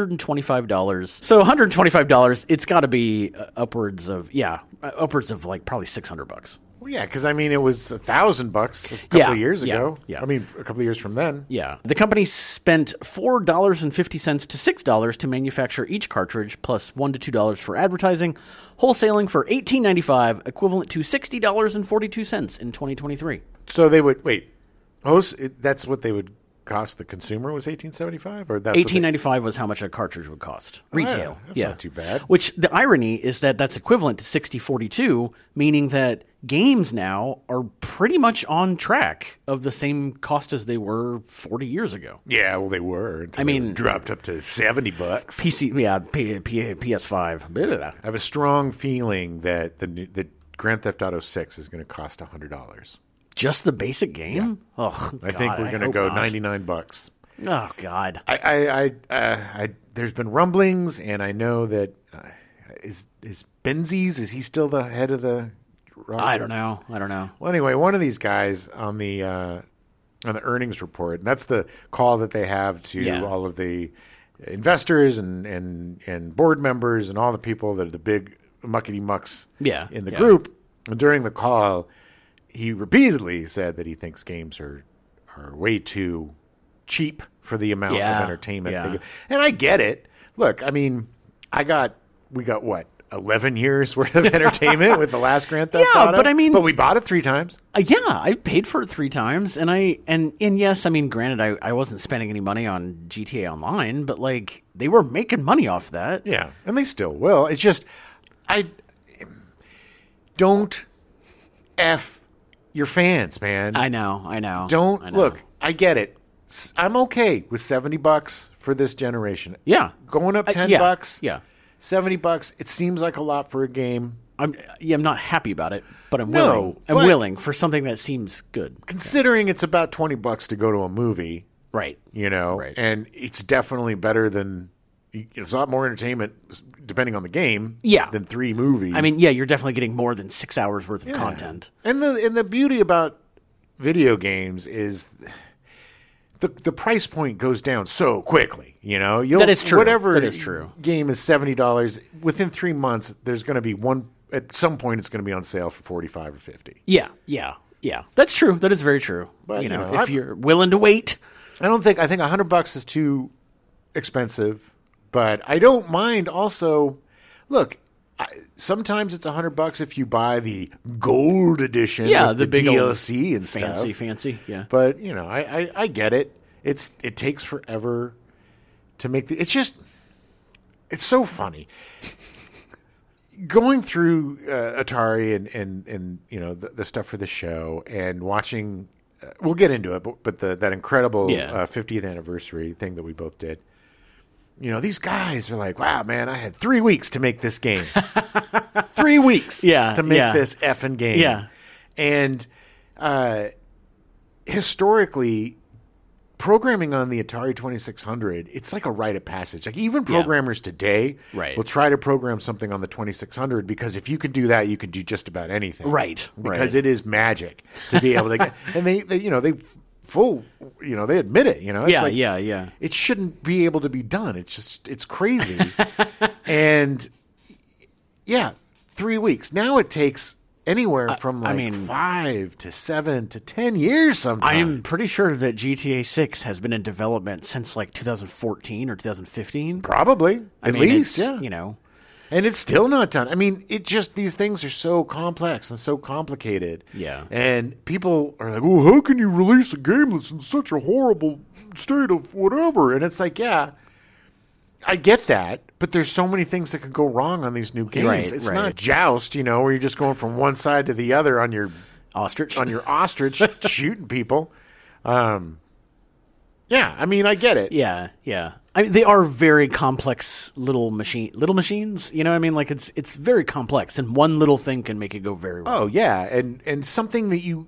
Speaker 2: $125. So $125, it's got to be uh, upwards of, yeah, uh, upwards of like probably 600 bucks.
Speaker 1: Well, yeah, because I mean, it was a thousand bucks a couple
Speaker 2: Yeah,
Speaker 1: of years
Speaker 2: yeah,
Speaker 1: ago.
Speaker 2: yeah.
Speaker 1: I mean, a couple of years from then.
Speaker 2: Yeah. The company spent four dollars and fifty cents to six dollars to manufacture each cartridge, plus one to two dollars for advertising, wholesaling for eighteen ninety five, equivalent to sixty dollars and forty two cents in twenty twenty three.
Speaker 1: So they would wait. Host. It, that's what they would cost the consumer was eighteen seventy five, or that's what they- Oh,
Speaker 2: Eighteen ninety five was how much a cartridge would cost retail.
Speaker 1: that's not too bad.
Speaker 2: Which the irony is that that's equivalent to sixty forty two, meaning that games now are pretty much on track of the same cost as they were forty years ago.
Speaker 1: Yeah, well, they were. until they
Speaker 2: I mean-
Speaker 1: were dropped up to seventy bucks.
Speaker 2: PC, yeah, P, P, PS five.
Speaker 1: I have a strong feeling that the new, the Grand Theft Auto Six is going to cost hundred dollars.
Speaker 2: Just the basic game. Oh,
Speaker 1: I think we're
Speaker 2: going
Speaker 1: to go ninety nine bucks.
Speaker 2: Oh God.
Speaker 1: I, I, I, uh, I, there's been rumblings, and I know that uh, is is Benzies is he still the head of the?
Speaker 2: I don't know. I don't know.
Speaker 1: Well, anyway, one of these guys on the uh, on the earnings report, and that's the call that they have to
Speaker 2: Yeah.
Speaker 1: all of the investors and and and board members and all the people that are the big muckety mucks
Speaker 2: Yeah,
Speaker 1: in the
Speaker 2: yeah.
Speaker 1: group. And during the call, he repeatedly said that he thinks games are are way too cheap for the amount
Speaker 2: Yeah,
Speaker 1: of entertainment.
Speaker 2: yeah.
Speaker 1: they get. And I get it. Look, I mean, I got we got what. 11 years worth of entertainment with the last Grand Theft
Speaker 2: Yeah,
Speaker 1: Auto.
Speaker 2: but I mean-
Speaker 1: but we bought it three times.
Speaker 2: Uh, yeah, I paid for it three times, and I and and yes, I mean, granted, I I wasn't spending any money on GTA Online, but like they were making money off that.
Speaker 1: Yeah, and they still will. It's just I don't f your fans, man.
Speaker 2: I know, I know.
Speaker 1: don't
Speaker 2: I know.
Speaker 1: look. I get it. S- I'm okay with seventy bucks for this generation.
Speaker 2: Yeah,
Speaker 1: going up
Speaker 2: I-
Speaker 1: ten
Speaker 2: Uh, yeah,
Speaker 1: bucks.
Speaker 2: Yeah,
Speaker 1: seventy bucks. It seems like a lot for a game.
Speaker 2: I'm yeah, I'm not happy about it, but I'm
Speaker 1: No,
Speaker 2: willing. I'm
Speaker 1: but-
Speaker 2: willing for something that seems good.
Speaker 1: Considering it's about twenty bucks to go to a movie,
Speaker 2: Right.
Speaker 1: you know,
Speaker 2: Right.
Speaker 1: and it's definitely better than. It's a lot more entertainment, depending on the game.
Speaker 2: Yeah.
Speaker 1: than three movies.
Speaker 2: I mean, yeah, you're definitely getting more than six hours worth of content.
Speaker 1: And the and the beauty about video games is the the price point goes down so quickly. You know, You'll,
Speaker 2: That is true.
Speaker 1: Whatever
Speaker 2: That is true.
Speaker 1: Game is seventy dollars. Within three months, there's going to be one. At some point, it's going to be on sale for forty five or fifty.
Speaker 2: Yeah, yeah, yeah. That's true. That is very true.
Speaker 1: But, you
Speaker 2: you know,
Speaker 1: know,
Speaker 2: if
Speaker 1: I'm-
Speaker 2: you're willing to wait,
Speaker 1: I don't think I think hundred bucks is too expensive, but I don't mind. Also, look. I, sometimes it's hundred bucks if you buy the gold edition.
Speaker 2: Yeah,
Speaker 1: with
Speaker 2: the big old
Speaker 1: DLC and stuff.
Speaker 2: fancy, fancy, yeah.
Speaker 1: But you know, I, I, I get it. It's it takes forever to make the. It's just it's so funny going through uh, Atari and and and you know the, the stuff for the show and watching. Uh, we'll get into it, but, but the that incredible
Speaker 2: Yeah.
Speaker 1: uh, 50th anniversary thing that we both did. You know, these guys are like, "Wow, man! I had three weeks to make this game. three weeks,
Speaker 2: Yeah,
Speaker 1: to make
Speaker 2: yeah.
Speaker 1: this effing game,
Speaker 2: Yeah.
Speaker 1: And uh, historically, programming on the Atari 2600, it's like a rite of passage. Like even programmers today
Speaker 2: Right.
Speaker 1: will try to program something on the 2600 because if you can do that, you can do just about anything.
Speaker 2: Right,
Speaker 1: Because it
Speaker 2: right.
Speaker 1: is magic to be able to get and they, they you know, they full you know, they admit it, you know. It's
Speaker 2: yeah,
Speaker 1: like,
Speaker 2: yeah, yeah.
Speaker 1: It shouldn't be able to be done. It's just it's crazy. and yeah, 3 weeks. Now it takes anywhere from like
Speaker 2: mean-
Speaker 1: 5 to 7 to 10 years sometimes.
Speaker 2: I'm pretty sure that GTA 6 has been in development since like 2014 or 2015.
Speaker 1: Probably,
Speaker 2: I
Speaker 1: at
Speaker 2: mean,
Speaker 1: least,
Speaker 2: it's,
Speaker 1: yeah.
Speaker 2: You know,
Speaker 1: And it's still not done. I mean, it just these things are so complex and so complicated.
Speaker 2: Yeah.
Speaker 1: And people are like, "Well, how can you release a game that's in such a horrible state of whatever?" And it's like, yeah, I get that, but there's so many things that can go wrong on these new games.
Speaker 2: Right,
Speaker 1: it's
Speaker 2: right.
Speaker 1: not joust, you know, where you're just going from one side to the other on your
Speaker 2: ostrich.
Speaker 1: on your ostrich shooting people. Um, yeah, I mean, I get it.
Speaker 2: yeah, yeah. I mean, they are very complex little machine, little machines. You know, what I mean, like it's it's very complex, and one little thing can make it go very well.
Speaker 1: Oh yeah, and and something that you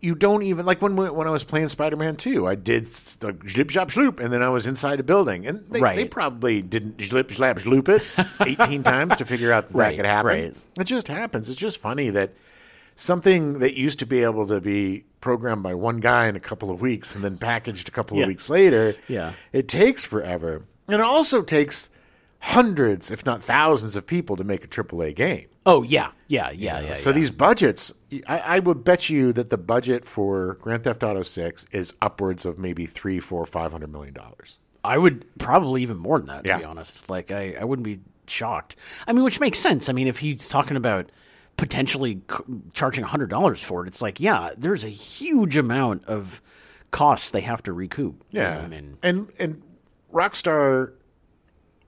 Speaker 1: you don't even like when when I was playing Spider Man Two, I did s- like zlip zlap sloop, and then I was inside a building, and they,
Speaker 2: Right.
Speaker 1: they probably didn't zlip zlap sloop it eighteen times to figure out that
Speaker 2: Right,
Speaker 1: that could happen.
Speaker 2: right.
Speaker 1: It just happens. It's just funny that something that used to be able to be programmed by one guy in a couple of weeks and then packaged a couple
Speaker 2: Yeah.
Speaker 1: of weeks later,
Speaker 2: Yeah.
Speaker 1: it takes forever, and it also takes hundreds, if not thousands, of people to make a AAA game.
Speaker 2: Oh, yeah, yeah, yeah, yeah.
Speaker 1: So
Speaker 2: yeah.
Speaker 1: these budgets, I, I would bet you that the budget for Grand Theft Auto Six is upwards of maybe three, four, five hundred million dollars.
Speaker 2: I would probably even more than that, to
Speaker 1: Yeah.
Speaker 2: be honest. Like, I, I wouldn't be shocked. I mean, which makes sense. I mean, if he's talking about potentially c- charging $100 for it, it's like, yeah, there's a huge amount of costs they have to recoup. you
Speaker 1: Yeah,
Speaker 2: know, and
Speaker 1: and and Rockstar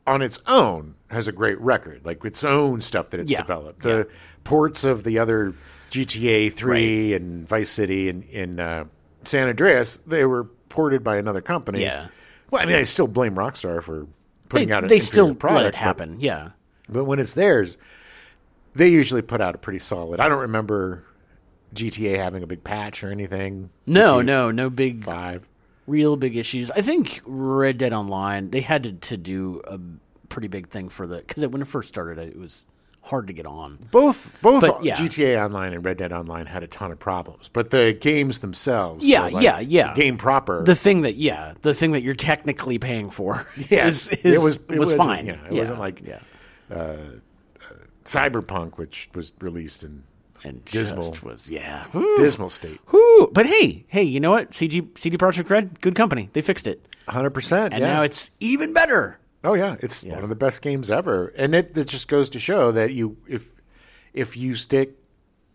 Speaker 1: on its own has a great record, like its own stuff that it's
Speaker 2: Yeah.
Speaker 1: developed. The ports of the other GTA three and Vice City and in uh, San Andreas, they were ported by another company.
Speaker 2: Yeah.
Speaker 1: Well, I mean, I still blame Rockstar for
Speaker 2: they,
Speaker 1: putting out. An
Speaker 2: they
Speaker 1: inferior
Speaker 2: still
Speaker 1: product,
Speaker 2: let it
Speaker 1: but-
Speaker 2: happen. yeah.
Speaker 1: but when it's theirs, they usually put out a pretty solid. I don't remember GTA having a big patch or anything.
Speaker 2: No, no, no big
Speaker 1: Five.
Speaker 2: real big issues. I think Red Dead Online they had to, to do a pretty big thing for the because when it first started it was hard to get on.
Speaker 1: Both both
Speaker 2: But, yeah.
Speaker 1: GTA Online and Red Dead Online had a ton of problems, but the games themselves,
Speaker 2: Yeah,
Speaker 1: were,
Speaker 2: yeah, yeah.
Speaker 1: the game proper.
Speaker 2: The thing that yeah, the thing that you're technically paying for
Speaker 1: yeah,
Speaker 2: is, is
Speaker 1: it was it
Speaker 2: was
Speaker 1: wasn't-
Speaker 2: fine.
Speaker 1: Yeah, it wasn't like
Speaker 2: yeah.
Speaker 1: Cyberpunk, which was released in
Speaker 2: and
Speaker 1: dismal.
Speaker 2: just was yeah.
Speaker 1: dismal state.
Speaker 2: Whew. But hey, hey, you know what? CG CD Projekt Red, good company. They fixed it,
Speaker 1: Hundred percent.
Speaker 2: and
Speaker 1: yeah.
Speaker 2: now it's even better.
Speaker 1: oh yeah, it's one of the best games ever, and it, it just goes to show that you if if you stick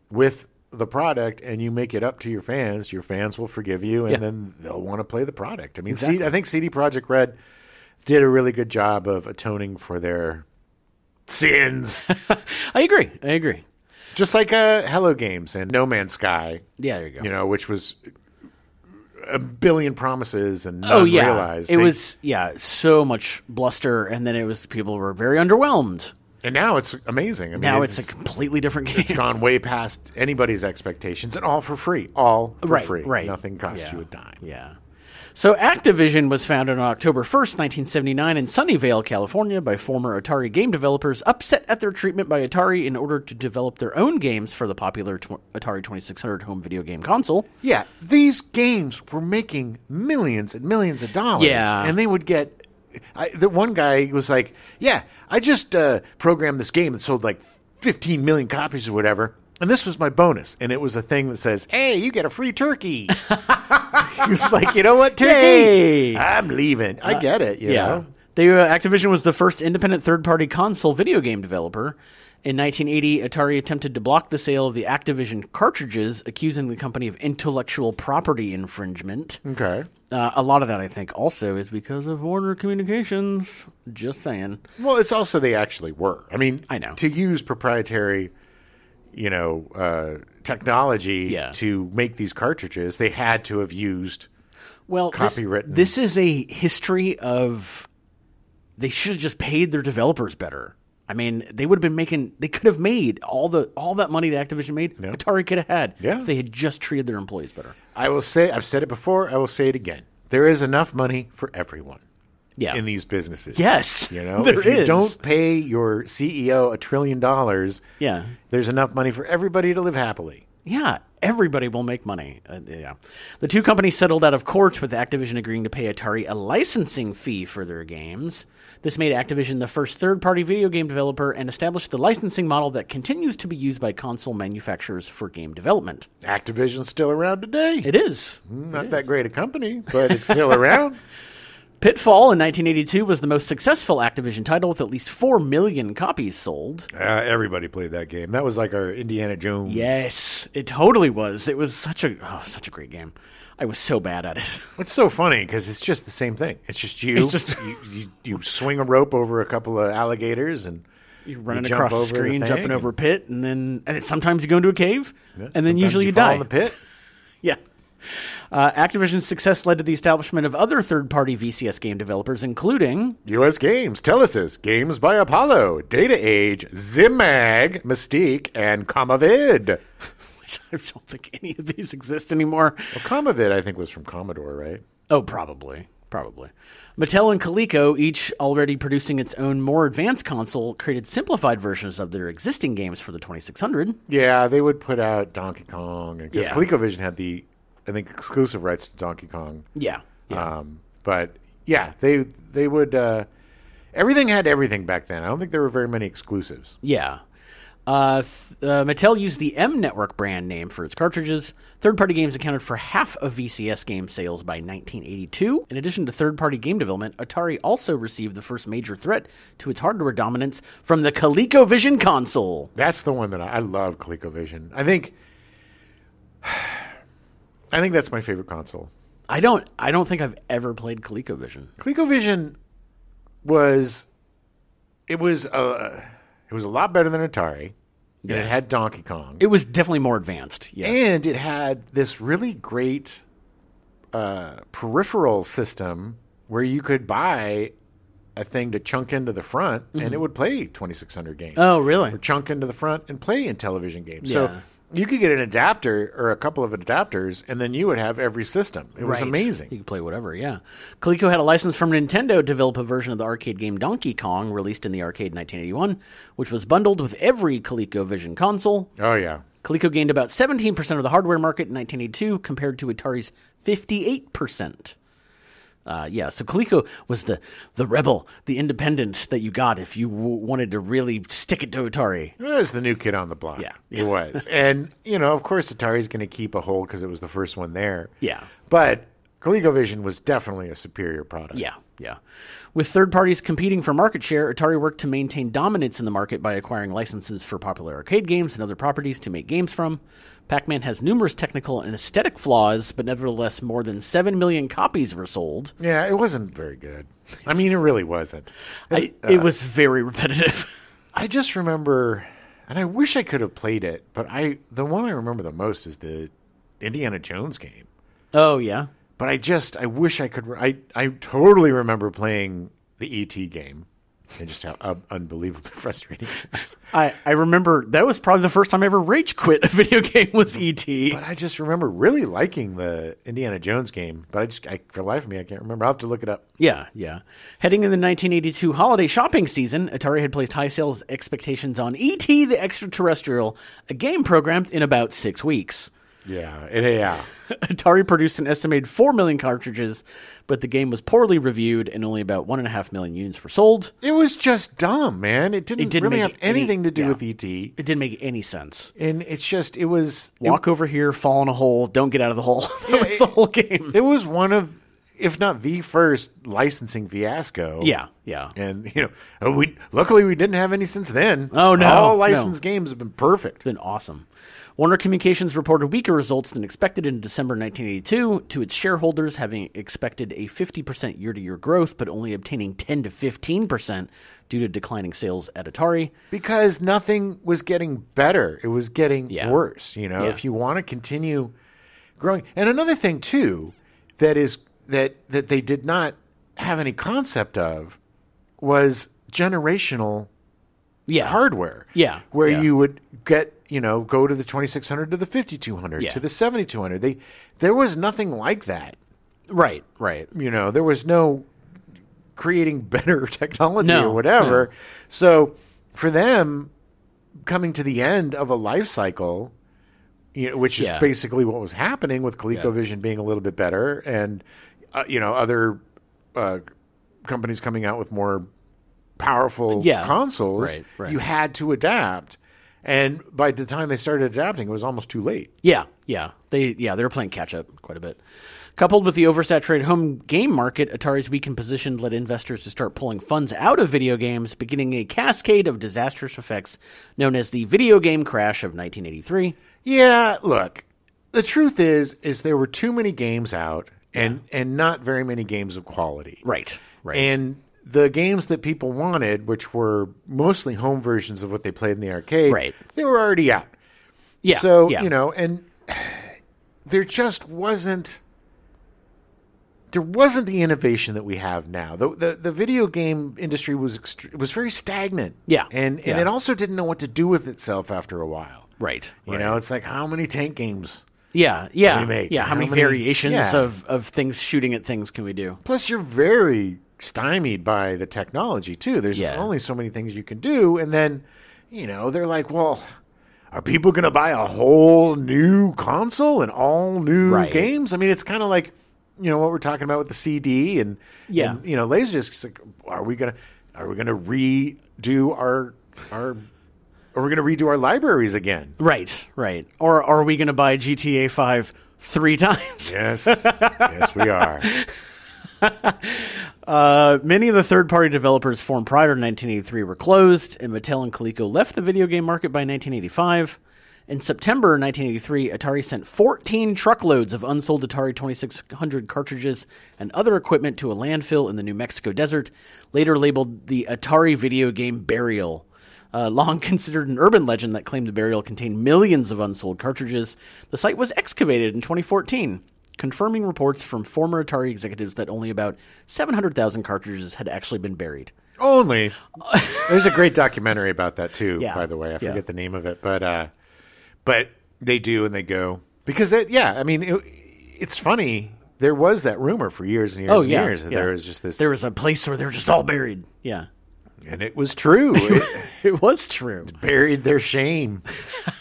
Speaker 1: with the product and you make it up to your fans, your fans will forgive you, and
Speaker 2: Yeah.
Speaker 1: then they'll want to play the product. I mean, C, I think CD Project Red did a really good job of atoning for their sins,
Speaker 2: I agree. I agree.
Speaker 1: just like uh, Hello Games and No Man's Sky,
Speaker 2: Yeah, there you go.
Speaker 1: you know, which was a billion promises and none
Speaker 2: oh yeah,
Speaker 1: realized.
Speaker 2: it
Speaker 1: They-
Speaker 2: was yeah so much bluster, and then it was people were very underwhelmed.
Speaker 1: and now it's amazing. I mean,
Speaker 2: Now it's, a completely different game.
Speaker 1: it's gone way past anybody's expectations, and all for free, all for
Speaker 2: Right,
Speaker 1: free,
Speaker 2: right.
Speaker 1: Nothing costs
Speaker 2: Yeah.
Speaker 1: you a dime.
Speaker 2: Yeah. So Activision was founded on October 1st, 1979 in Sunnyvale, California by former Atari game developers upset at their treatment by Atari in order to develop their own games for the popular tw- Atari 2600 home video game console.
Speaker 1: Yeah, these games were making millions and millions of dollars.
Speaker 2: Yeah.
Speaker 1: and they would get. I, the one guy was like, "Yeah, I just uh, programmed this game that sold like 15 million copies or whatever, and this was my bonus." And it was a thing that says, "Hey, you get a free turkey." he was like, "You know what, turkey?
Speaker 2: Yay.
Speaker 1: I'm leaving. I get it. You know?
Speaker 2: They, uh, Activision was the first independent third party console video game developer. In 1980, Atari attempted to block the sale of the Activision cartridges, accusing the company of intellectual property infringement.
Speaker 1: Okay.
Speaker 2: Uh, a lot of that, I think, also is because of Warner Communications. Just saying.
Speaker 1: Well, it's also they actually were. I mean,
Speaker 2: I know.
Speaker 1: to use proprietary, you know, uh, technology
Speaker 2: Yeah.
Speaker 1: to make these cartridges, they had to have used.
Speaker 2: Well, this-
Speaker 1: Copywritten.
Speaker 2: This, is a history of. They should have just paid their developers better. I mean, they would have been making. They could have made all the all that money that Activision made. Atari could have had.
Speaker 1: Yeah.
Speaker 2: if they had just treated their employees better.
Speaker 1: I will say, I've said it before. I will say it again. There is enough money for everyone
Speaker 2: Yeah.
Speaker 1: in these businesses.
Speaker 2: yes.
Speaker 1: you know,
Speaker 2: there
Speaker 1: if you
Speaker 2: is.
Speaker 1: don't pay your CEO a trillion dollars,
Speaker 2: Yeah.
Speaker 1: there's enough money for everybody to live happily.
Speaker 2: Yeah, everybody will make money. Uh, yeah. The two companies settled out of court with Activision agreeing to pay Atari a licensing fee for their games. This made Activision the first third party video game developer and established the licensing model that continues to be used by console manufacturers for game development.
Speaker 1: Activision's still around today.
Speaker 2: It is.
Speaker 1: Not that great a company, but it's still around.
Speaker 2: Pitfall in 1982 was the most successful Activision title with at least 4 million copies sold.
Speaker 1: Uh, everybody played that game. That was like our Indiana Jones.
Speaker 2: Yes, it totally was. It was such a oh, such a great game. I was so bad at it.
Speaker 1: It's so funny because it's just the same thing. It's just you.
Speaker 2: It's just-
Speaker 1: you, you, you swing a rope over a couple of alligators and
Speaker 2: You're running
Speaker 1: jump
Speaker 2: across the
Speaker 1: over the
Speaker 2: screen,
Speaker 1: thing
Speaker 2: jumping
Speaker 1: and-
Speaker 2: over a pit, and then and it, sometimes you go into a cave, and then
Speaker 1: sometimes
Speaker 2: usually you,
Speaker 1: fall
Speaker 2: die.
Speaker 1: in the pit.
Speaker 2: Yeah. Uh, Activision's success led to the establishment of other third-party VCS game developers, including
Speaker 1: U.S. Games, Telesis, Games by Apollo, Data Age, Zimag, Mystique, and Comavid.
Speaker 2: which I don't think any of these exist anymore.
Speaker 1: Well, Comavid, I think, was from Commodore, right?
Speaker 2: Oh, probably, probably. Mattel and Coleco, each already producing its own more advanced console, created simplified versions of their existing games for the 2600.
Speaker 1: Yeah, they would put out Donkey Kong because
Speaker 2: Yeah.
Speaker 1: ColecoVision had the, I think, exclusive rights to Donkey Kong.
Speaker 2: Yeah.
Speaker 1: Um, but yeah, they they would. Uh, everything had everything back then. I don't think there were very many exclusives.
Speaker 2: Yeah. Uh, th- uh, Mattel used the M Network brand name for its cartridges. Third party games accounted for half of VCS game sales by 1982. In addition to third party game development, Atari also received the first major threat to its hardware dominance from the ColecoVision console.
Speaker 1: That's the one that I, I love. ColecoVision. I think. I think that's my favorite console.
Speaker 2: I don't. I don't think I've ever played ColecoVision.
Speaker 1: ColecoVision was it was a it was a lot better than Atari. And it had Donkey Kong,
Speaker 2: It was definitely more advanced. Yes.
Speaker 1: and it had this really great uh, peripheral system where you could buy a thing to chunk into the front, and it
Speaker 2: Mm-hmm.
Speaker 1: would play 2600 games.
Speaker 2: oh, really?
Speaker 1: or chunk into the front and play in television games.
Speaker 2: Yeah.
Speaker 1: So you could get an adapter or a couple of adapters, and then you would have every system. It was
Speaker 2: Right. You
Speaker 1: amazing.
Speaker 2: could play whatever, yeah. Coleco had a license from Nintendo to develop a version of the arcade game Donkey Kong, released in the arcade in 1981, which was bundled with every ColecoVision console.
Speaker 1: Oh yeah,
Speaker 2: Coleco gained about 17% of the hardware market in 1982 compared to Atari's 58%. Uh, yeah, so Coleco was the, the rebel, the independent that you got if you w- wanted to really stick it to Atari.
Speaker 1: it was the new kid on the block.
Speaker 2: Yeah.
Speaker 1: it was. and you know, of course, Atari's going to keep a hold because it was the first one there.
Speaker 2: Yeah.
Speaker 1: but ColecoVision was definitely a superior product.
Speaker 2: Yeah, yeah. With third parties competing for market share, Atari worked to maintain dominance in the market by acquiring licenses for popular arcade games and other properties to make games from. Pac Man has numerous technical and aesthetic flaws, but nevertheless, more than 7 million copies were sold.
Speaker 1: Yeah, it wasn't very good. I mean, it really wasn't.
Speaker 2: I, it was very repetitive.
Speaker 1: I just remember, and I wish I could have played it, but I the one I remember the most is the Indiana Jones game.
Speaker 2: oh, yeah.
Speaker 1: but I just I wish I could. I I totally remember playing the ET game and just how um, unbelievably frustrating. It was.
Speaker 2: I, I remember that was probably the first time I ever rage quit a video game was E E.T.
Speaker 1: But I just remember really liking the Indiana Jones game. But I just I, for the life of me I can't remember. I'll have to look it up.
Speaker 2: Yeah, yeah. Heading in the 1982 holiday shopping season, Atari had placed high sales expectations on E.T. the Extraterrestrial, a game programmed in about six weeks.
Speaker 1: Yeah, it, yeah.
Speaker 2: Atari produced an estimated 4 million cartridges, but the game was poorly reviewed and only about 1.5 million units were sold.
Speaker 1: It was just dumb, man. It didn't,
Speaker 2: didn't
Speaker 1: really
Speaker 2: make
Speaker 1: have anything
Speaker 2: any-
Speaker 1: to do
Speaker 2: yeah.
Speaker 1: with E ET.
Speaker 2: It didn't make any sense.
Speaker 1: And it's just it was it,
Speaker 2: Walk over here, fall in a hole, don't get out of the hole. that was
Speaker 1: it-
Speaker 2: the whole game.
Speaker 1: it was one of if not the first licensing fiasco.
Speaker 2: Yeah, yeah.
Speaker 1: And you know, uh, we luckily we didn't have any since then.
Speaker 2: Oh, no,
Speaker 1: All
Speaker 2: no.
Speaker 1: licensed games have been perfect.
Speaker 2: It's been awesome. Warner Communications reported weaker results than expected in December 1982 to its shareholders, having expected a 50% year to year growth, but only obtaining 10 to 15% due to declining sales at Atari.
Speaker 1: because nothing was getting better it was getting
Speaker 2: Yeah.
Speaker 1: worse you know
Speaker 2: Yeah.
Speaker 1: if you want to continue growing and another thing too that is that that they did not have any concept of was generational
Speaker 2: Yeah.
Speaker 1: hardware
Speaker 2: Yeah.
Speaker 1: where
Speaker 2: Yeah.
Speaker 1: you would get you know go to the 2600 to the 5200
Speaker 2: Yeah.
Speaker 1: to the 7200 they there was nothing like that
Speaker 2: Right, right.
Speaker 1: you know there was no creating better technology
Speaker 2: No,
Speaker 1: or whatever so for them coming to the end of a life cycle you know, which is
Speaker 2: Yeah.
Speaker 1: basically what was happening with ColecoVision being a little bit better and uh, you know other uh, companies coming out with more powerful
Speaker 2: Yeah,
Speaker 1: consoles
Speaker 2: right, right.
Speaker 1: you had to adapt and by the time they started adapting it was almost too late
Speaker 2: Yeah, yeah. They yeah, they're playing catch up quite a bit. Coupled with the oversaturated home game market, Atari's weakened position led investors to start pulling funds out of video games, beginning a cascade of disastrous effects known as the video game crash of 1983.
Speaker 1: Yeah, look. The truth is is there were too many games out and and not very many games of quality.
Speaker 2: Right, right.
Speaker 1: And the games that people wanted, which were mostly home versions of what they played in the arcade,
Speaker 2: Right.
Speaker 1: they were already out.
Speaker 2: yeah.
Speaker 1: so,
Speaker 2: yeah.
Speaker 1: you know, and there just wasn't there wasn't the innovation that we have now. The the, the video game industry was extr was very stagnant.
Speaker 2: Yeah.
Speaker 1: And and
Speaker 2: Yeah.
Speaker 1: it also didn't know what to do with itself after a while.
Speaker 2: Right.
Speaker 1: You know, it's like how many tank games
Speaker 2: Yeah. Yeah.
Speaker 1: make?
Speaker 2: Yeah. How,
Speaker 1: How
Speaker 2: many,
Speaker 1: many-
Speaker 2: variations
Speaker 1: yeah.
Speaker 2: of, of things shooting at things can we do?
Speaker 1: Plus, you're very stymied by the technology too. There's
Speaker 2: Yeah.
Speaker 1: only so many things you can do, and then you know they're like, well. Are people going to buy a whole new console and all new
Speaker 2: Right.
Speaker 1: games? I mean, it's kind of like, you know, what we're talking about with the CD and,
Speaker 2: Yeah.
Speaker 1: and, you know, laserdiscs. It's Like, are we going to are we going to redo our our are we going to redo our libraries again?
Speaker 2: Right. Right. Or are we going to buy GTA 5 three times?
Speaker 1: Yes, yes, we are.
Speaker 2: Uh, many of the third party developers formed prior to 1983 were closed, and Mattel and Coleco left the video game market by 1985. In September 1983, Atari sent 14 truckloads of unsold Atari 2600 cartridges and other equipment to a landfill in the New Mexico desert, later labeled the Atari video game Burial. Uh, long considered an urban legend that claimed the burial contained millions of unsold cartridges, the site was excavated in 2014, confirming reports from former Atari executives that only about 700,000 cartridges had actually been buried.
Speaker 1: Only there's a great documentary about that too.
Speaker 2: Yeah.
Speaker 1: By the way, I
Speaker 2: Yeah.
Speaker 1: forget the name of it, but uh, but they do and they go because it. Yeah, I mean, it, it's funny. There was that rumor for years and years
Speaker 2: Oh,
Speaker 1: and
Speaker 2: yeah,
Speaker 1: years that
Speaker 2: yeah.
Speaker 1: there was just this,
Speaker 2: There was a place where they were just all buried. Yeah.
Speaker 1: and it was true. It
Speaker 2: It was true.
Speaker 1: buried their shame.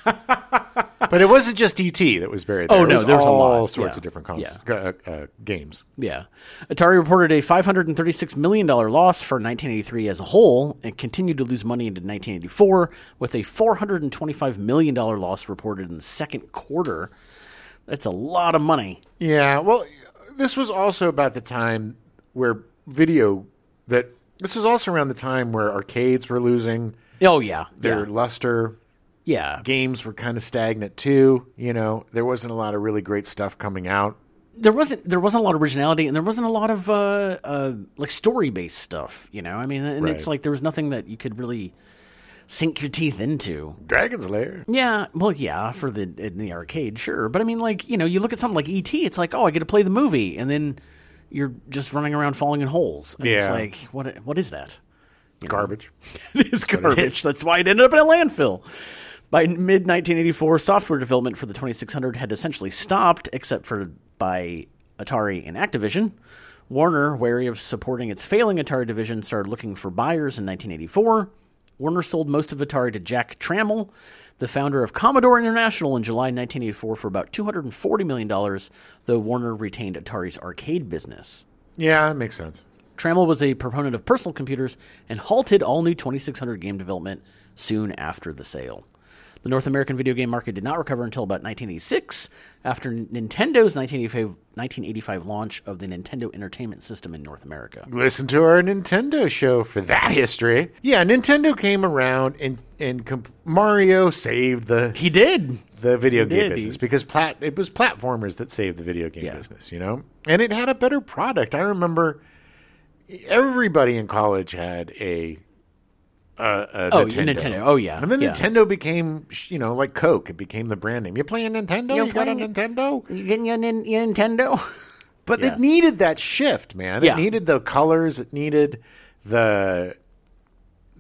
Speaker 1: but it wasn't just ET that was buried. There.
Speaker 2: Oh,
Speaker 1: It
Speaker 2: no,
Speaker 1: was
Speaker 2: there was a
Speaker 1: all
Speaker 2: lot.
Speaker 1: sorts
Speaker 2: Yeah.
Speaker 1: of different cons- uh, uh, games.
Speaker 2: Yeah. Atari reported a $536 million loss for 1983 as a whole and continued to lose money into 1984 with a $425 million loss reported in the second quarter. That's a lot of money.
Speaker 1: Yeah, well, this was also about the time where video that this was also around the time where arcades were losing
Speaker 2: Oh, yeah.
Speaker 1: their luster.
Speaker 2: yeah. yeah.
Speaker 1: Games were kind of stagnant too. You know, there wasn't a lot of really great stuff coming out.
Speaker 2: There wasn't there wasn't a lot of originality and there wasn't a lot of uh, uh, like story based stuff, you know. I mean, and it's
Speaker 1: Right.
Speaker 2: like there was nothing that you could really sink your teeth into.
Speaker 1: Dragon's Lair.
Speaker 2: Yeah, well, yeah, for the in the arcade, sure. But I mean, like you know, you look at something like ET, it's like, oh, I get to play the movie, and then you're just running around falling in holes. And It's
Speaker 1: Yeah.
Speaker 2: like what what is that?
Speaker 1: Garbage.
Speaker 2: it is garbage. That's why it ended up in a landfill. By mid 1984, software development for the 2600 had essentially stopped, except for by Atari and Activision. Warner, wary of supporting its failing Atari division, started looking for buyers in 1984. Warner sold most of Atari to Jack Trammell, the founder of Commodore International, in July 1984 for about $240 million, though Warner retained Atari's arcade business.
Speaker 1: Yeah, that makes sense.
Speaker 2: Trammell was a proponent of personal computers and halted all new 2600 game development soon after the sale. The North American video game market did not recover until about 1986, after Nintendo's 1985, 1985 launch of the Nintendo Entertainment System in North America.
Speaker 1: Listen to our Nintendo show for that history. Yeah, Nintendo came around and and comp- Mario saved the
Speaker 2: He did.
Speaker 1: the video game
Speaker 2: did.
Speaker 1: business because plat- it was platformers that saved the video game
Speaker 2: Yeah.
Speaker 1: business, you know? And it had a better product. I remember everybody in college had a, a, a
Speaker 2: Oh,
Speaker 1: Nintendo.
Speaker 2: Nintendo. Oh, yeah.
Speaker 1: And then
Speaker 2: Yeah.
Speaker 1: Nintendo became, sh- you know, like Coke. It became the brand name. You playing Nintendo?
Speaker 2: You
Speaker 1: You, got a
Speaker 2: playing-
Speaker 1: Nintendo?
Speaker 2: You getting your, nin- your Nintendo?
Speaker 1: But
Speaker 2: Yeah.
Speaker 1: it needed that shift, man.
Speaker 2: Yeah.
Speaker 1: It needed the colors. It needed the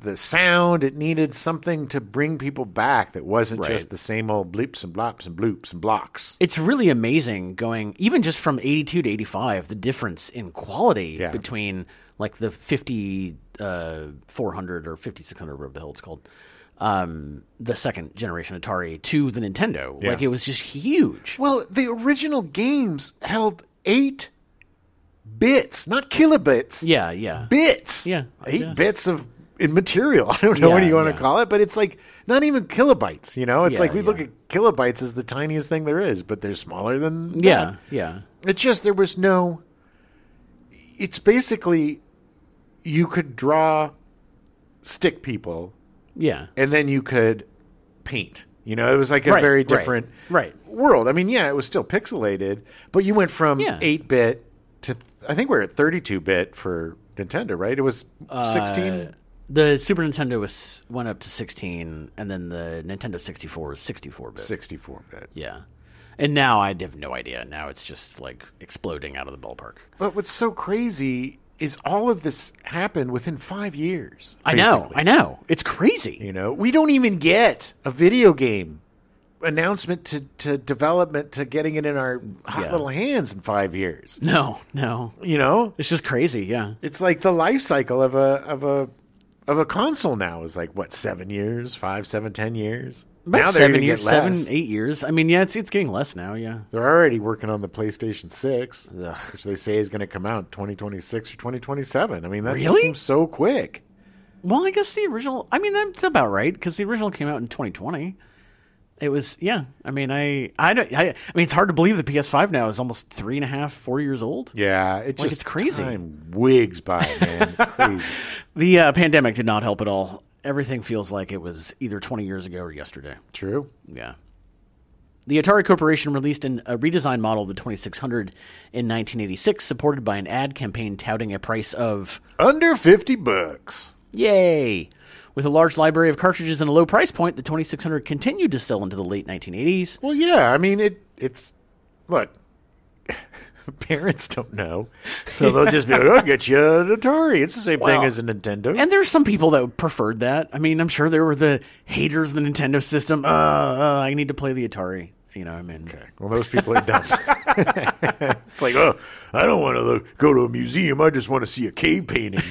Speaker 1: the sound. It needed something to bring people back that wasn't
Speaker 2: Right.
Speaker 1: just the same old bleeps and blops and bloops and blocks.
Speaker 2: it's really amazing going even just from 82 to 85 the difference in quality
Speaker 1: Yeah.
Speaker 2: between like the 50 uh, 400 or 5600 whatever the hell it's called um, the second generation atari to the nintendo like it was just huge
Speaker 1: Well, the original games held eight bits, not kilobits.
Speaker 2: yeah yeah
Speaker 1: Bits.
Speaker 2: Yeah, I
Speaker 1: Eight
Speaker 2: guess.
Speaker 1: bits of in material. I don't know what
Speaker 2: Yeah,
Speaker 1: you want
Speaker 2: yeah.
Speaker 1: to call it, but it's like not even kilobytes, you know? It's
Speaker 2: Yeah,
Speaker 1: like we
Speaker 2: yeah.
Speaker 1: look at kilobytes as the tiniest thing there is, but they're smaller than
Speaker 2: yeah yeah
Speaker 1: that. It's just there was no it's basically you could draw stick people
Speaker 2: yeah
Speaker 1: and then you could paint. You know, it was like a
Speaker 2: Right,
Speaker 1: very
Speaker 2: right,
Speaker 1: different
Speaker 2: right.
Speaker 1: world. I mean, yeah, it was still pixelated, but you went from
Speaker 2: Yeah.
Speaker 1: eight bit to I think we're at thirty two bit for Nintendo, right? It was sixteen.
Speaker 2: Uh, the super nintendo was went up to 16 and then the nintendo 64 was 64 bit
Speaker 1: 64 bit.
Speaker 2: yeah and now i have no idea now it's just like exploding out of the ballpark
Speaker 1: But what's so crazy is all of this happened within five years.
Speaker 2: I know,
Speaker 1: basically.
Speaker 2: I know. It's crazy.
Speaker 1: You know, we don't even get a video game announcement to, to development to getting it in our hot
Speaker 2: Yeah.
Speaker 1: little hands in five years.
Speaker 2: No, no.
Speaker 1: You know,
Speaker 2: It's just crazy, yeah.
Speaker 1: it's like the life cycle of a of a of a console now is like what seven years, five, seven, ten years.
Speaker 2: About
Speaker 1: now they're
Speaker 2: seven
Speaker 1: gonna
Speaker 2: years,
Speaker 1: get less.
Speaker 2: seven, eight years. I mean, yeah, it's it's getting less now, yeah.
Speaker 1: They're already working on the PlayStation Six, which they say is going to come out twenty twenty six or twenty twenty seven. I mean, that just
Speaker 2: Really?
Speaker 1: seems so quick.
Speaker 2: Well, I guess the original. I mean, that's about right because the original came out in 2020. It was, yeah. I mean, I, I don't. I, I mean, it's hard to believe the PS5 now is almost three and a half, four years old.
Speaker 1: Yeah, it just
Speaker 2: it's crazy.
Speaker 1: Time wigs by, man. It's crazy.
Speaker 2: The uh, pandemic did not help at all. Everything feels like it was either 20 years ago or yesterday.
Speaker 1: True.
Speaker 2: Yeah. The Atari Corporation released an, a redesigned model of the 2600 in 1986, supported by an ad campaign touting a price of
Speaker 1: Under 50 bucks.
Speaker 2: Yay! With a large library of cartridges and a low price point, the 2600 continued to sell into the late 1980s.
Speaker 1: Well, yeah. I mean, it. It's look. Parents don't know, so they'll just be like, "I'll get you an Atari. It's the same thing
Speaker 2: Well,
Speaker 1: as a Nintendo."
Speaker 2: And there's some people that preferred that. I mean, I'm sure there were the haters of the Nintendo system. Uh, uh, I need to play the Atari. You know, I mean,
Speaker 1: well, those people are dumb. it's like, oh, I don't want to look, go to a museum. I just want to see a cave painting.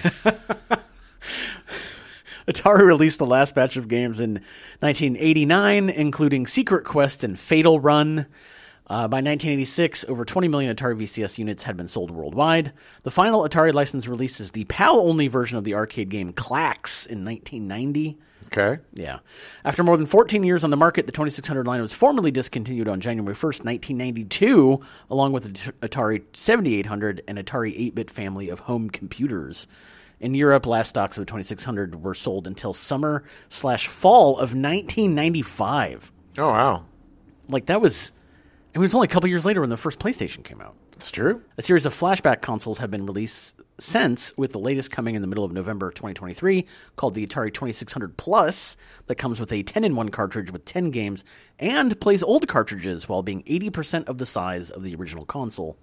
Speaker 2: Atari released the last batch of games in 1989, including Secret Quest and Fatal Run. Uh, by 1986, over 20 million Atari VCS units had been sold worldwide. The final Atari license release is the PAL only version of the arcade game Clax in 1990.
Speaker 1: okay.
Speaker 2: Yeah. After more than 14 years on the market, the 2600 line was formally discontinued on January 1st, 1992, along with the t- Atari 7800 and Atari 8 bit family of home computers. In Europe, last stocks of the 2600 were sold until summer slash fall of 1995.
Speaker 1: Oh wow,
Speaker 2: Like, that was. It was only a couple years later when the first PlayStation came out.
Speaker 1: it's true.
Speaker 2: A series of flashback consoles have been released since, with the latest coming in the middle of November 2023, called the Atari 2600 Plus, that comes with a 10 in 1 cartridge with 10 games and plays old cartridges while being 80% of the size of the original console.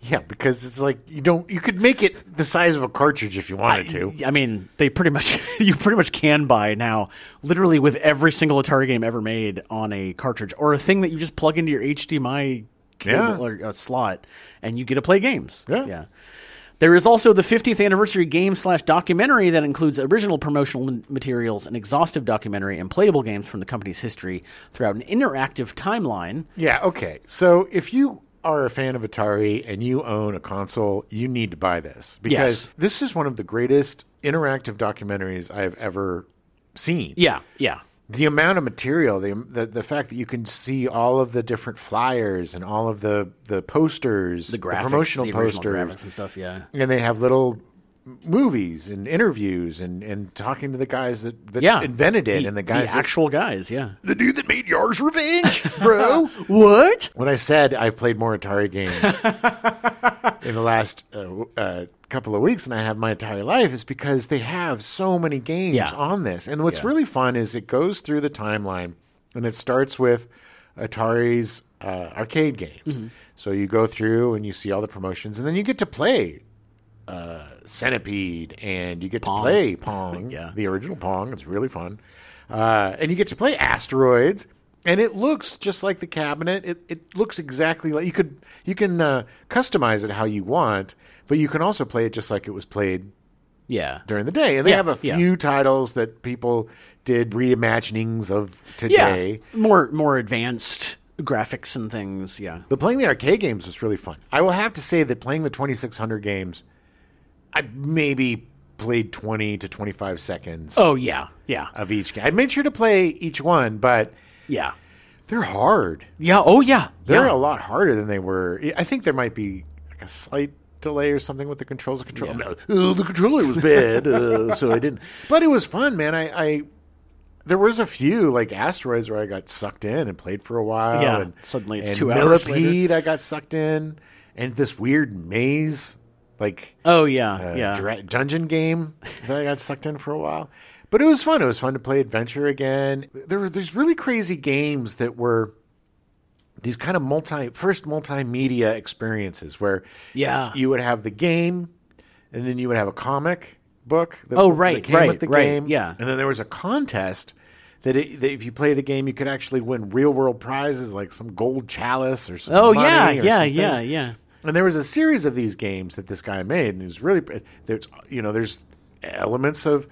Speaker 1: Yeah, because it's like you don't. You could make it the size of a cartridge if you wanted to.
Speaker 2: I mean, they pretty much you pretty much can buy now, literally with every single Atari game ever made on a cartridge or a thing that you just plug into your HDMI
Speaker 1: Yeah.
Speaker 2: cable or uh, slot, and you get to play games.
Speaker 1: Yeah.
Speaker 2: There is also the 50th anniversary game slash documentary that includes original promotional m- materials, an exhaustive documentary, and playable games from the company's history throughout an interactive timeline.
Speaker 1: Yeah, okay. So if you are a fan of Atari and you own a console, you need to buy this because
Speaker 2: Yes.
Speaker 1: this is one of the greatest interactive documentaries I have ever seen.
Speaker 2: Yeah, yeah,
Speaker 1: The amount of material, the, the the fact that you can see all of the different flyers and all of the the posters, the,
Speaker 2: graphics,
Speaker 1: promotional
Speaker 2: the original
Speaker 1: posters,
Speaker 2: graphics and stuff. Yeah,
Speaker 1: and they have little m- movies and interviews and, and talking to the guys that, that
Speaker 2: yeah.
Speaker 1: invented it
Speaker 2: The-
Speaker 1: and the guys
Speaker 2: the
Speaker 1: that-
Speaker 2: actual guys. Yeah.
Speaker 1: the dude that made Yar's Revenge, bro.
Speaker 2: What?
Speaker 1: When I said I've played more Atari games in the last uh, w- uh, couple of weeks than I have my entire life is because they have so many games
Speaker 2: Yeah.
Speaker 1: on this. And what's really fun is it goes through the timeline and it starts with Atari's uh, arcade games.
Speaker 2: Mm-hmm.
Speaker 1: So you go through and you see all the promotions, and then you get to play Centipede, and you get to play Pong,
Speaker 2: Yeah.
Speaker 1: the original Pong. It's really fun, uh, and you get to play Asteroids, and it looks just like the cabinet. It, it looks exactly like you could you can uh, customize it how you want, but you can also play it just like it was played
Speaker 2: Yeah.
Speaker 1: during the day. And they
Speaker 2: Yeah,
Speaker 1: have a
Speaker 2: yeah.
Speaker 1: few titles that people did reimaginings of
Speaker 2: Yeah.
Speaker 1: today.
Speaker 2: More more advanced graphics and things. Yeah.
Speaker 1: But playing the arcade games was really fun. I will have to say that playing the 2600 games, I maybe played 20 to 25 seconds
Speaker 2: Oh yeah. Yeah.
Speaker 1: of each game. I made sure to play each one, but
Speaker 2: Yeah.
Speaker 1: they're hard.
Speaker 2: Yeah. Oh yeah.
Speaker 1: They're a
Speaker 2: yeah.
Speaker 1: lot harder than they were. I think there might be like a slight delay or something with the controls. The control, No, uh, the controller was bad, uh, so I didn't. But it was fun, man. I, I there was a few like asteroids where I got sucked in and played for a while.
Speaker 2: Yeah,
Speaker 1: and,
Speaker 2: suddenly it's
Speaker 1: and
Speaker 2: two hours later.
Speaker 1: Millipede, I got sucked in, and this weird maze, like
Speaker 2: oh yeah. yeah.
Speaker 1: uh, dra- dungeon game that I got sucked in for a while. But it was fun. It was fun to play adventure again. There were there's really crazy games that were these kind of multi first multimedia experiences where
Speaker 2: Yeah.
Speaker 1: you would have the game and then you would have a comic book that,
Speaker 2: Oh, right,
Speaker 1: that came
Speaker 2: right,
Speaker 1: with the
Speaker 2: right,
Speaker 1: game
Speaker 2: yeah.
Speaker 1: and then there was a contest that, it, that if you play the game you could actually win real world prizes like some gold chalice or some
Speaker 2: oh
Speaker 1: money
Speaker 2: yeah.
Speaker 1: or
Speaker 2: Yeah.
Speaker 1: something.
Speaker 2: Yeah. Yeah.
Speaker 1: And there was a series of these games that this guy made, and it was really pr- there's you know there's elements of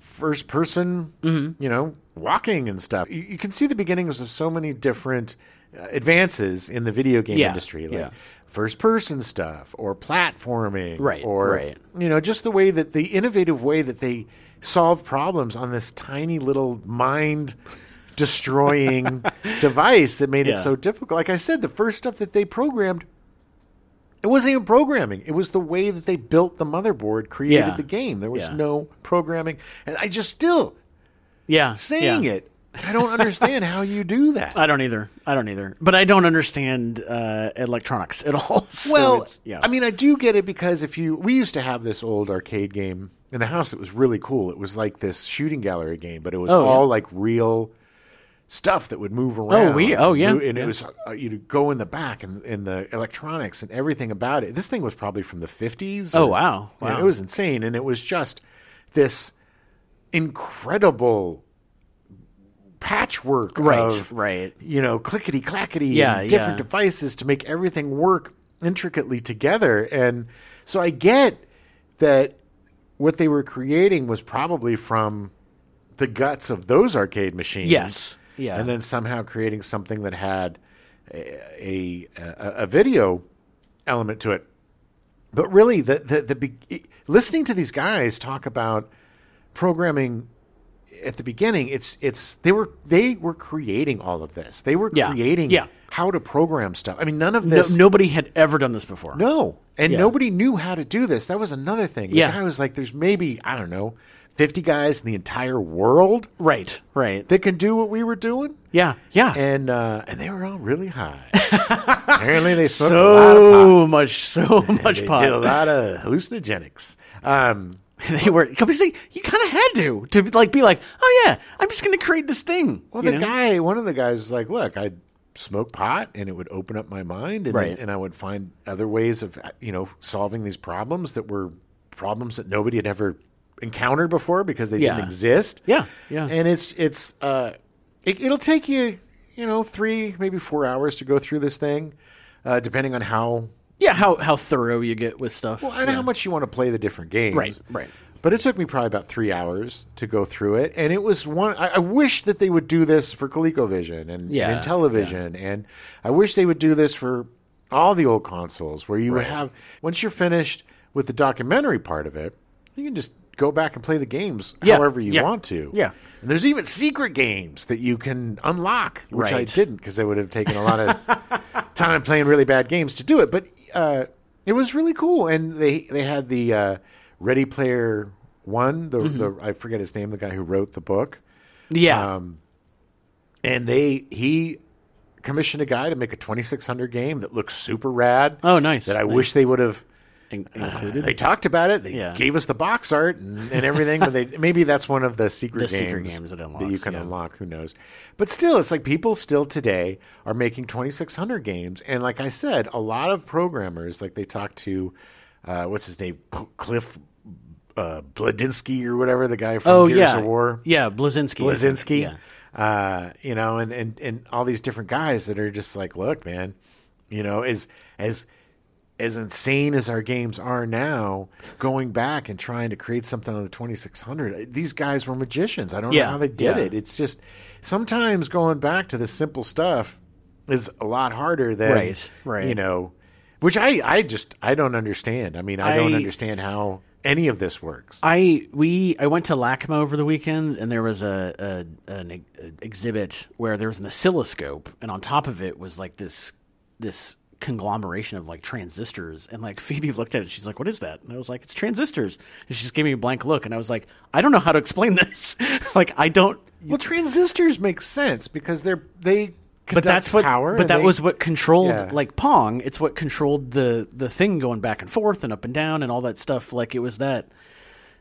Speaker 1: first person,
Speaker 2: Mm-hmm.
Speaker 1: you know, walking and stuff. You, you can see the beginnings of so many different uh, advances in the video game
Speaker 2: Yeah,
Speaker 1: industry, like
Speaker 2: yeah.
Speaker 1: first person stuff or platforming,
Speaker 2: Right,
Speaker 1: Or
Speaker 2: right.
Speaker 1: you know, just the way that the innovative way that they solve problems on this tiny little mind. Destroying device that made
Speaker 2: Yeah.
Speaker 1: it so difficult. Like I said, the first stuff that they programmed it wasn't even programming. It was the way that they built the motherboard created
Speaker 2: Yeah.
Speaker 1: the game. There was
Speaker 2: Yeah.
Speaker 1: no programming. And I just still
Speaker 2: Yeah.
Speaker 1: saying
Speaker 2: yeah.
Speaker 1: it I don't understand how you do that.
Speaker 2: I don't either. I don't either. But I don't understand uh, electronics at all. So
Speaker 1: well,
Speaker 2: it's, yeah.
Speaker 1: I mean, I do get it because if you, we used to have this old arcade game in the house that was really cool. It was like this shooting gallery game, but it was
Speaker 2: Oh,
Speaker 1: all like real stuff that would move around.
Speaker 2: we- oh,
Speaker 1: and
Speaker 2: yeah,
Speaker 1: move- and
Speaker 2: yeah.
Speaker 1: it was uh, you'd go in the back and, and the electronics and everything about it. This thing was probably from the fifties.
Speaker 2: oh wow,
Speaker 1: Yeah,
Speaker 2: wow.
Speaker 1: it was insane, and it was just this incredible patchwork
Speaker 2: right,
Speaker 1: of
Speaker 2: right.
Speaker 1: you know clickety clackety,
Speaker 2: Yeah,
Speaker 1: different
Speaker 2: yeah.
Speaker 1: devices to make everything work intricately together. And so I get that what they were creating was probably from the guts of those arcade machines.
Speaker 2: Yes, yeah.
Speaker 1: and then somehow creating something that had a a, a, a video element to it. But really, the the, the be- listening to these guys talk about programming at the beginning, it's it's they were they were creating all of this. They were
Speaker 2: Yeah.
Speaker 1: creating
Speaker 2: Yeah.
Speaker 1: how to program stuff. I mean, none of
Speaker 2: No,
Speaker 1: this.
Speaker 2: nobody had ever done this before.
Speaker 1: No. And
Speaker 2: Yeah.
Speaker 1: nobody knew how to do this. That was another thing. The
Speaker 2: Yeah.
Speaker 1: guy was like, there's maybe, I don't know, 50 guys in the entire world
Speaker 2: Right, right.
Speaker 1: that can do what we were doing.
Speaker 2: Yeah, yeah.
Speaker 1: And uh, and they were all really high. Apparently, they smoked a lot of pot.
Speaker 2: so much, so much
Speaker 1: They
Speaker 2: pot.
Speaker 1: did a lot of hallucinogenics. Um,
Speaker 2: they were because they- you kind of had to to like be like, oh yeah, I'm just going to create this thing.
Speaker 1: well,
Speaker 2: you
Speaker 1: the
Speaker 2: know?
Speaker 1: guy, one of the guys was like, look, I'd smoke pot and it would open up my mind and,
Speaker 2: Right.
Speaker 1: and I would find other ways of, you know, solving these problems that were problems that nobody had ever encountered before because they
Speaker 2: Yeah.
Speaker 1: didn't exist.
Speaker 2: Yeah, yeah.
Speaker 1: And it's it's uh, it, it'll take you you know three maybe four hours to go through this thing, uh, depending on how
Speaker 2: yeah, how how thorough you get with stuff.
Speaker 1: and how much you want to play the different games.
Speaker 2: Right, right.
Speaker 1: But it took me probably about three hours to go through it, and it was one. I, I wish that they would do this for ColecoVision and,
Speaker 2: Yeah,
Speaker 1: and television, and I wish they would do this for all the old consoles, where you would have once you're finished with the documentary part of it, you can just go back and play the games
Speaker 2: Yeah,
Speaker 1: however you
Speaker 2: yeah,
Speaker 1: want to.
Speaker 2: yeah.
Speaker 1: and there's even secret games that you can unlock, which I
Speaker 2: Right.
Speaker 1: didn't because they would have taken a lot of time playing really bad games to do it. But uh, it was really cool, and they they had the uh, Ready Player One. The, the I forget his name, the guy who wrote the book, Um,
Speaker 2: Yeah,
Speaker 1: and they he commissioned a guy to make a 2600 game that looks super rad.
Speaker 2: Oh, nice,
Speaker 1: That I
Speaker 2: nice.
Speaker 1: wish they would have. uh,
Speaker 2: In- included.
Speaker 1: They talked about it. They
Speaker 2: Yeah.
Speaker 1: gave us the box art and, and everything. but they maybe that's one of the secret
Speaker 2: The
Speaker 1: games,
Speaker 2: secret games it
Speaker 1: you
Speaker 2: unlocks,
Speaker 1: can
Speaker 2: yeah.
Speaker 1: unlock. Who knows? But still, it's like people still today are making 2,600 games, and like I said, a lot of programmers, like they talk to, uh, what's his name, Cl- Cliff uh, Bladinsky or whatever, the guy from
Speaker 2: oh
Speaker 1: Gears
Speaker 2: yeah,
Speaker 1: of War.
Speaker 2: yeah, Blazinski,
Speaker 1: Blazinski,
Speaker 2: Yeah.
Speaker 1: uh, you know, and, and and all these different guys that are just like, look, man, you know, as as as insane as our games are now, going back and trying to create something on the 2600, these guys were magicians. I don't
Speaker 2: Yeah,
Speaker 1: know how they did
Speaker 2: yeah.
Speaker 1: it. It's just sometimes going back to the simple stuff is a lot harder than
Speaker 2: Right, right.
Speaker 1: you know, which I I just I don't understand. I mean, I, don't
Speaker 2: I-
Speaker 1: understand how any of this works.
Speaker 2: I we I went to LACMA over the weekend, and there was a, a an ex- exhibit where there was an oscilloscope, and on top of it was like this this conglomeration of like transistors. And like Phoebe looked at it, she's like, "What is that?" And I was like, "It's transistors." And she just gave me a blank look, and I was like, "I don't know how to explain this. like, I don't."
Speaker 1: Well, transistors make sense because they're they.
Speaker 2: But
Speaker 1: conduct
Speaker 2: that's what.
Speaker 1: power.
Speaker 2: but
Speaker 1: and
Speaker 2: that
Speaker 1: they-
Speaker 2: was what controlled
Speaker 1: Yeah.
Speaker 2: like Pong. It's what controlled the the thing going back and forth and up and down and all that stuff. Like it was that.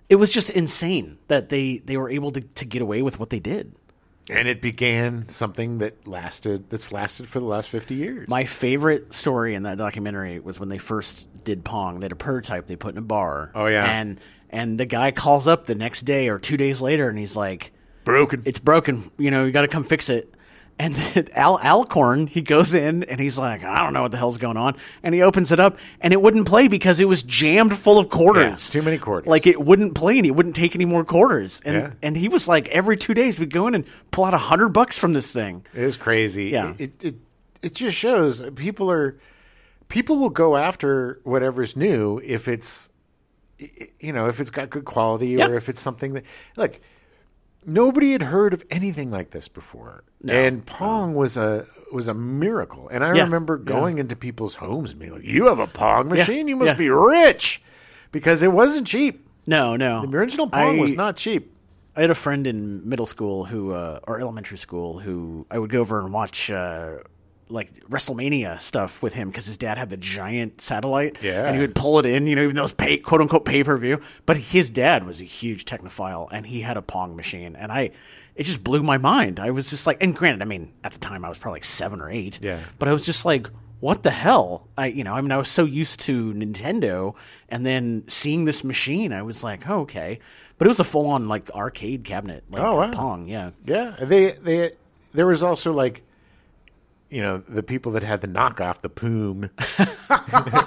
Speaker 2: It was just insane that they they were able to to get away with what they did.
Speaker 1: and it began something that lasted that's lasted for the last 50 years
Speaker 2: My favorite story in that documentary was when they first did Pong. They had a prototype they put in a bar.
Speaker 1: Oh, yeah.
Speaker 2: and and the guy calls up the next day or two days later and he's like,
Speaker 1: broken
Speaker 2: it's broken. You know, you got to come fix it. And Al Alcorn, he goes in and he's like, I don't know what the hell's going on. And he opens it up and it wouldn't play because it was jammed full of quarters.
Speaker 1: Yeah, too many quarters.
Speaker 2: Like it wouldn't play and it wouldn't take any more quarters. And
Speaker 1: Yeah.
Speaker 2: and he was like, every two days we'd go in and pull out a hundred bucks from this thing.
Speaker 1: it is crazy
Speaker 2: Yeah.
Speaker 1: it, it it it just shows that people are people will go after whatever's new if it's i- i- you know if it's got good quality or
Speaker 2: Yeah.
Speaker 1: if it's something that like nobody had heard of anything like this before and pong was a was a miracle and i
Speaker 2: Yeah.
Speaker 1: remember going into people's homes and being like you have a pong machine you must
Speaker 2: Yeah.
Speaker 1: be rich because it wasn't cheap
Speaker 2: No, no.
Speaker 1: The original Pong
Speaker 2: I-
Speaker 1: was not cheap.
Speaker 2: I had a friend in middle school who, uh, or elementary school, who I would go over and watch. Uh, like WrestleMania stuff with him because his dad had the giant satellite,
Speaker 1: Yeah.
Speaker 2: and he would pull it in, you know, even though it's pay quote unquote pay per view. But his dad was a huge technophile, and he had a pong machine, and I, it just blew my mind. I was just like, and granted, I mean, at the time I was probably like seven or eight,
Speaker 1: Yeah.
Speaker 2: but I was just like, what the hell? I, you know, I mean, I was so used to Nintendo, and then seeing this machine, I was like, oh, okay. But it was a full on like arcade cabinet, like
Speaker 1: Oh, wow.
Speaker 2: Pong, yeah.
Speaker 1: Yeah, they they there was also like, you know, the people that had the knockoff, the Poom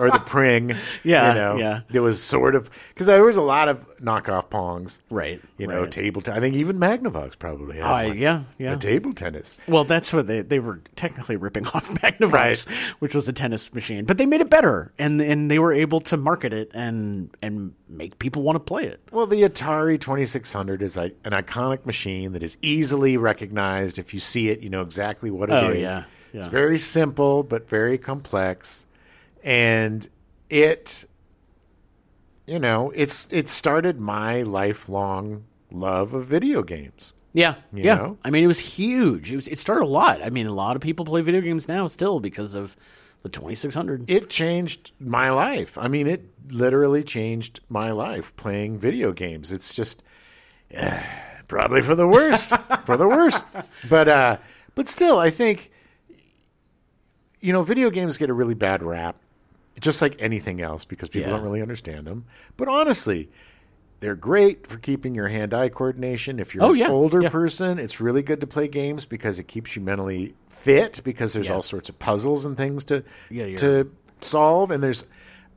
Speaker 1: or the Pring.
Speaker 2: Yeah,
Speaker 1: you know,
Speaker 2: yeah.
Speaker 1: There was sort of because there was a lot of knockoff Pongs,
Speaker 2: Right,
Speaker 1: You know,
Speaker 2: right. Oh,
Speaker 1: table. T- I think even Magnavox probably. Had
Speaker 2: I,
Speaker 1: one.
Speaker 2: yeah, yeah.
Speaker 1: A table tennis.
Speaker 2: Well, that's what they they were technically ripping off Magnavox,
Speaker 1: Right.
Speaker 2: which was a tennis machine, but they made it better, and and they were able to market it and and make people want to play it.
Speaker 1: Well, the Atari 2600 is like an iconic machine that is easily recognized. If you see it, you know exactly what it is.
Speaker 2: Oh, yeah, yeah.
Speaker 1: It's very simple, but very complex. And it, you know, it's it started my lifelong love of video games.
Speaker 2: Yeah, yeah.
Speaker 1: know?
Speaker 2: I mean, it was huge. It was it started a lot. I mean, a lot of people play video games now still because of the twenty six hundred.
Speaker 1: It changed my life. I mean, it literally changed my life playing video games. It's just eh, probably for the worst, for the worst. But uh, but still, I think you know, video games get a really bad rap, just like anything else, because people
Speaker 2: Yeah.
Speaker 1: don't really understand them. But honestly, they're great for keeping your hand-eye coordination. If you're
Speaker 2: Oh,
Speaker 1: an
Speaker 2: yeah,
Speaker 1: older
Speaker 2: yeah.
Speaker 1: person, it's really good to play games because it keeps you mentally fit. Because there's
Speaker 2: Yeah.
Speaker 1: all sorts of puzzles and things to
Speaker 2: Yeah, you're-
Speaker 1: to solve, and there's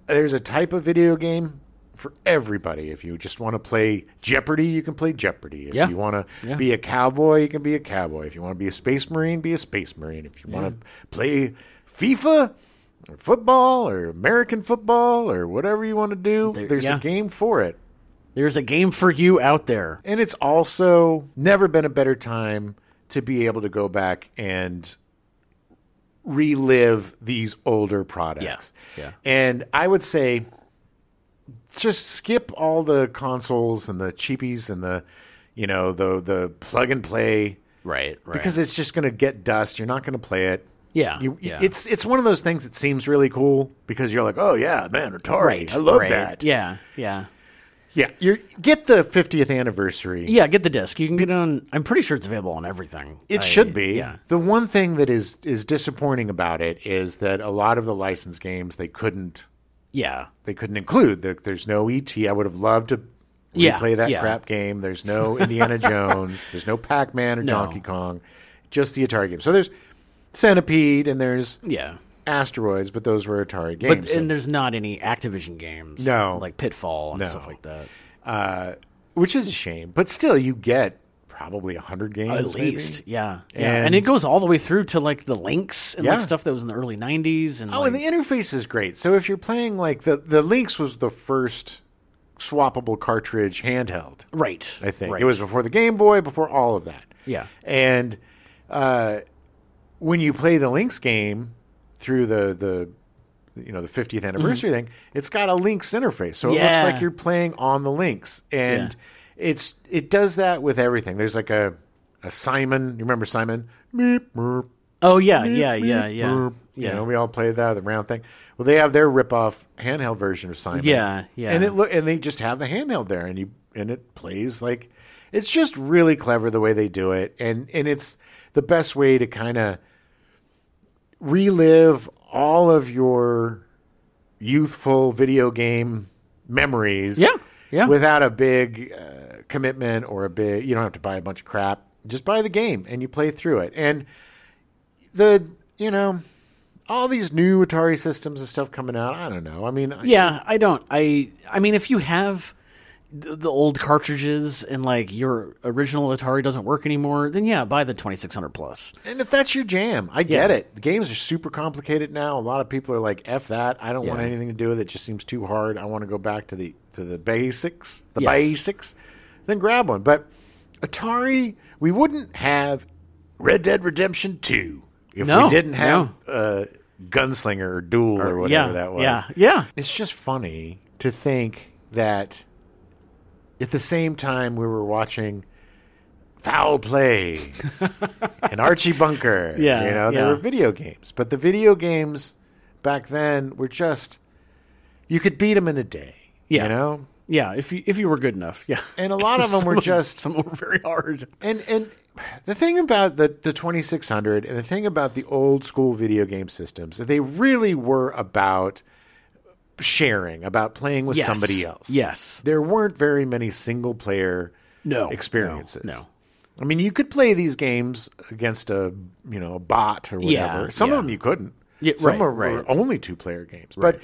Speaker 1: there's a type of video game for everybody. If you just want to play Jeopardy, you can play Jeopardy. If
Speaker 2: Yeah.
Speaker 1: you want to
Speaker 2: Yeah.
Speaker 1: be a cowboy, you can be a cowboy. If you want to be a space marine, be a space marine. If you want to play FIFA or football or American football or whatever you want to do, there's
Speaker 2: yeah.
Speaker 1: a game for it.
Speaker 2: There's a game for you out there.
Speaker 1: And it's also never been a better time to be able to go back and relive these older products.
Speaker 2: Yeah.
Speaker 1: And I would say just skip all the consoles and the cheapies and the you know, the the plug and play
Speaker 2: Right, right.
Speaker 1: because it's just going to get dust. You're not going to play it.
Speaker 2: yeah,
Speaker 1: You,
Speaker 2: yeah.
Speaker 1: It's it's one of those things that seems really cool because you're like, oh yeah, man, Atari,
Speaker 2: right.
Speaker 1: I love
Speaker 2: right.
Speaker 1: that.
Speaker 2: Yeah, yeah.
Speaker 1: yeah. You get the 50th anniversary.
Speaker 2: Yeah, get the disc. You can get it on. I'm pretty sure it's available on everything.
Speaker 1: It
Speaker 2: I-
Speaker 1: should be.
Speaker 2: Yeah.
Speaker 1: The one thing that is is disappointing about it is that a lot of the licensed games they couldn't
Speaker 2: Yeah.
Speaker 1: they couldn't include. There, there's no ET. I would have loved to
Speaker 2: Yeah,
Speaker 1: replay that
Speaker 2: yeah.
Speaker 1: crap game. There's no Indiana Jones. There's no Pac Man or Donkey Kong. Just the Atari game. So there's Centipede and there's
Speaker 2: Yeah.
Speaker 1: Asteroids, but those were Atari
Speaker 2: But
Speaker 1: games.
Speaker 2: and there's not any Activision games.
Speaker 1: No.
Speaker 2: Like Pitfall and
Speaker 1: No.
Speaker 2: stuff like that.
Speaker 1: uh, which is a shame. But still, you get probably hundred games
Speaker 2: At
Speaker 1: maybe.
Speaker 2: least. Yeah. Yeah. And,
Speaker 1: And-
Speaker 2: it goes all the way through to like the links and like
Speaker 1: Yeah.
Speaker 2: stuff that was in the early nineties and
Speaker 1: Oh,
Speaker 2: like,
Speaker 1: and the interface is great. So if you're playing like the the Lynx was the first swappable cartridge handheld,
Speaker 2: Right.
Speaker 1: I think
Speaker 2: Right.
Speaker 1: it was before the Game Boy, before all of that.
Speaker 2: Yeah.
Speaker 1: and uh, when you play the Lynx game through the the you know the 50th anniversary thing, it's got a Lynx interface, so it
Speaker 2: Mm-hmm. Yeah.
Speaker 1: looks like you're playing on the Lynx, and it's it does that with everything. There's like a a Simon, you remember Simon? Meep, merp,
Speaker 2: Oh yeah, yeah, yeah, yeah.
Speaker 1: Burp.
Speaker 2: Yeah.
Speaker 1: You know, we all played that the round thing. Well, they have their ripoff handheld version of Simon.
Speaker 2: Yeah, yeah.
Speaker 1: And it look and they just have the handheld there, and you and it plays like it's just really clever the way they do it, and and it's the best way to kind of relive all of your youthful video game memories.
Speaker 2: Yeah, yeah.
Speaker 1: Without a big uh, commitment or a big, you don't have to buy a bunch of crap. Just buy the game and you play through it. And the you know all these new Atari systems and stuff coming out. I don't know. I mean, I-
Speaker 2: Yeah, I don't. I I mean, if you have the, the old cartridges and like your original Atari doesn't work anymore, then yeah, buy the 2600 plus.
Speaker 1: and if that's your jam, I get
Speaker 2: Yeah.
Speaker 1: it. The games are super complicated now. A lot of people are like, "F that! I don't want
Speaker 2: Yeah.
Speaker 1: anything to do with it. It just seems too hard. I want to go back to the to the basics, the
Speaker 2: Yes.
Speaker 1: basics." Then grab one. But Atari, we wouldn't have Red Dead Redemption Two if
Speaker 2: No,
Speaker 1: we didn't have uh, Gunslinger or Duel or, whatever
Speaker 2: yeah,
Speaker 1: that was.
Speaker 2: Yeah, yeah.
Speaker 1: It's just funny to think that at the same time we were watching Foul Play and Archie Bunker.
Speaker 2: Yeah,
Speaker 1: You know,
Speaker 2: yeah.
Speaker 1: they were video games. But the video games back then were just, you could beat them in a day.
Speaker 2: Yeah.
Speaker 1: You know?
Speaker 2: Yeah, if you if you were good enough, yeah.
Speaker 1: And a lot of them
Speaker 2: Some
Speaker 1: were just
Speaker 2: some were very hard.
Speaker 1: And and the thing about the the 2600 and the thing about the old school video game systems, they really were about sharing, about playing with
Speaker 2: Yes.
Speaker 1: somebody else.
Speaker 2: Yes.
Speaker 1: There weren't very many single player
Speaker 2: No,
Speaker 1: experiences.
Speaker 2: no, no.
Speaker 1: I mean, you could play these games against a, you know, a bot or
Speaker 2: Yeah,
Speaker 1: whatever. Some
Speaker 2: yeah.
Speaker 1: of them you couldn't.
Speaker 2: Yeah,
Speaker 1: Some
Speaker 2: right,
Speaker 1: were,
Speaker 2: right.
Speaker 1: were only two player games. But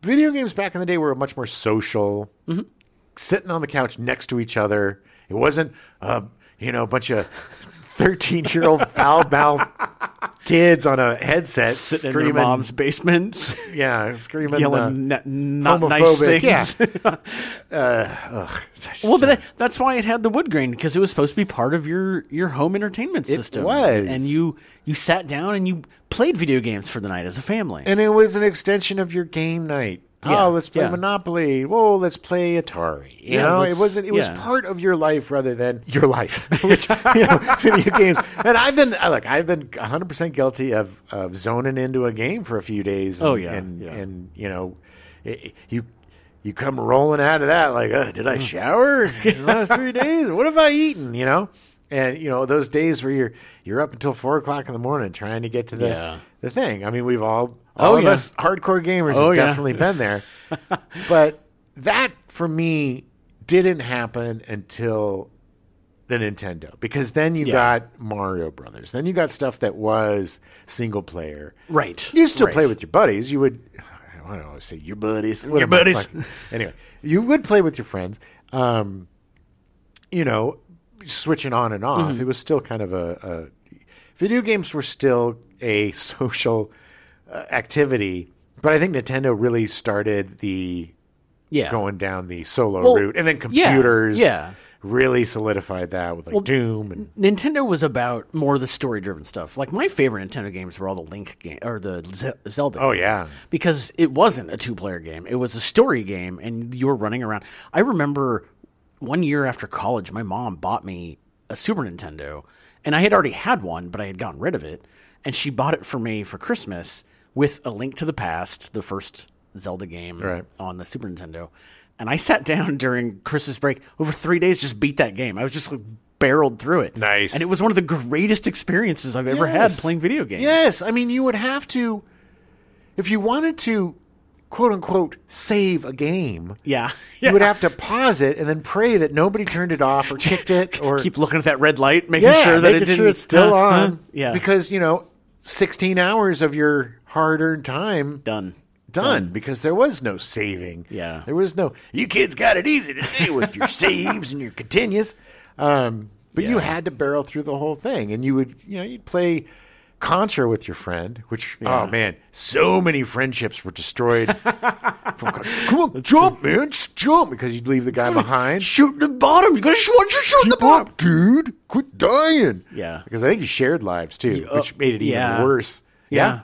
Speaker 1: video games back in the day were much more social
Speaker 2: Mm-hmm.
Speaker 1: sitting on the couch next to each other. It wasn't, uh, you know, a bunch of 13 year old foul mouthed kids on a headset
Speaker 2: Sitting
Speaker 1: screaming,
Speaker 2: in their mom's basements,
Speaker 1: yeah, screaming,
Speaker 2: yelling
Speaker 1: uh,
Speaker 2: n- not nice
Speaker 1: homophobic.
Speaker 2: things.
Speaker 1: Yeah.
Speaker 2: Well, but that, that's why it had the wood grain because it was supposed to be part of your your home entertainment system.
Speaker 1: was.
Speaker 2: and you you sat down and you played video games for the night as a family.
Speaker 1: and it was an extension of your game night.
Speaker 2: Yeah,
Speaker 1: oh, let's play
Speaker 2: yeah.
Speaker 1: Monopoly. Whoa, let's play Atari. You
Speaker 2: Yeah,
Speaker 1: know, it
Speaker 2: let's-
Speaker 1: wasn't. It was
Speaker 2: yeah.
Speaker 1: part of your life rather than your life, which you know, video games. And I've been uh, look, I've been 100 percent guilty of of zoning into a game for a few days. And,
Speaker 2: Oh, yeah,
Speaker 1: and,
Speaker 2: yeah.
Speaker 1: and you know, it, you. You come rolling out of that like, uh,
Speaker 2: Mm.
Speaker 1: did I shower in the last three days? What have I eaten? You know, and you know those days where you're you're up until four o'clock in the morning trying to get to the
Speaker 2: Yeah.
Speaker 1: the thing. I mean, we've all all
Speaker 2: Oh,
Speaker 1: of
Speaker 2: yeah.
Speaker 1: us hardcore gamers
Speaker 2: Oh,
Speaker 1: have
Speaker 2: yeah.
Speaker 1: definitely been there. but that for me didn't happen until the Nintendo because then you
Speaker 2: Yeah.
Speaker 1: got Mario Brothers. Then you got stuff that was single player.
Speaker 2: right,
Speaker 1: You still play
Speaker 2: Right.
Speaker 1: with your buddies. You would I don't always say your buddies. What
Speaker 2: Your
Speaker 1: am I
Speaker 2: buddies.
Speaker 1: fucking- anyway, you would play with your friends. Um, you know, switching on and off.
Speaker 2: Mm-hmm.
Speaker 1: It was still kind of a, a video games were still a social uh, activity, but I think Nintendo really started the
Speaker 2: yeah.
Speaker 1: going down the solo
Speaker 2: Well,
Speaker 1: route, and then
Speaker 2: yeah,
Speaker 1: computers
Speaker 2: yeah.
Speaker 1: really solidified that with like Doom and
Speaker 2: Nintendo was about more of the story driven stuff. Like my favorite Nintendo games were all the Link game or the Ze- Zelda.
Speaker 1: Oh,
Speaker 2: games.
Speaker 1: yeah.
Speaker 2: because it wasn't a two player game; it was a story game, and you were running around. I remember one year after college, my mom bought me a Super Nintendo, and I had already had one, but I had gotten rid of it, and she bought it for me for Christmas with a Link to the Past, the first Zelda game
Speaker 1: Right.
Speaker 2: on the Super Nintendo. And I sat down during Christmas break over three days, just beat that game. I was just like, barreled through it.
Speaker 1: Nice.
Speaker 2: And it was one of the greatest experiences I've ever had
Speaker 1: Yes.
Speaker 2: playing video games.
Speaker 1: Yes, I mean you would have to if you wanted to quote unquote save a game.
Speaker 2: Yeah.
Speaker 1: You would have to pause it and then pray that nobody turned it off or kicked it or
Speaker 2: Keep looking at that red light, making sure that
Speaker 1: making
Speaker 2: it didn't.
Speaker 1: sure it's still
Speaker 2: Huh?
Speaker 1: on.
Speaker 2: Huh? Yeah.
Speaker 1: because you know, sixteen hours of your hard-earned time
Speaker 2: done.
Speaker 1: done, because there was no saving.
Speaker 2: Yeah.
Speaker 1: there was no. You kids got it easy today with your saves and your continues, um, but you
Speaker 2: Yeah.
Speaker 1: had to barrel through the whole thing, and you would you know you'd play. Contra with your friend, which oh man, so many friendships were destroyed. from, Con- Come on, jump, man, just jump! Because you'd leave the guy behind.
Speaker 2: Shoot the bottom. You gotta shoot, shoot, shoot the
Speaker 1: Keep
Speaker 2: bottom.
Speaker 1: up, dude. Quit dying.
Speaker 2: Yeah.
Speaker 1: Because I think you shared lives too,
Speaker 2: uh,
Speaker 1: which made it even
Speaker 2: yeah.
Speaker 1: worse.
Speaker 2: Yeah.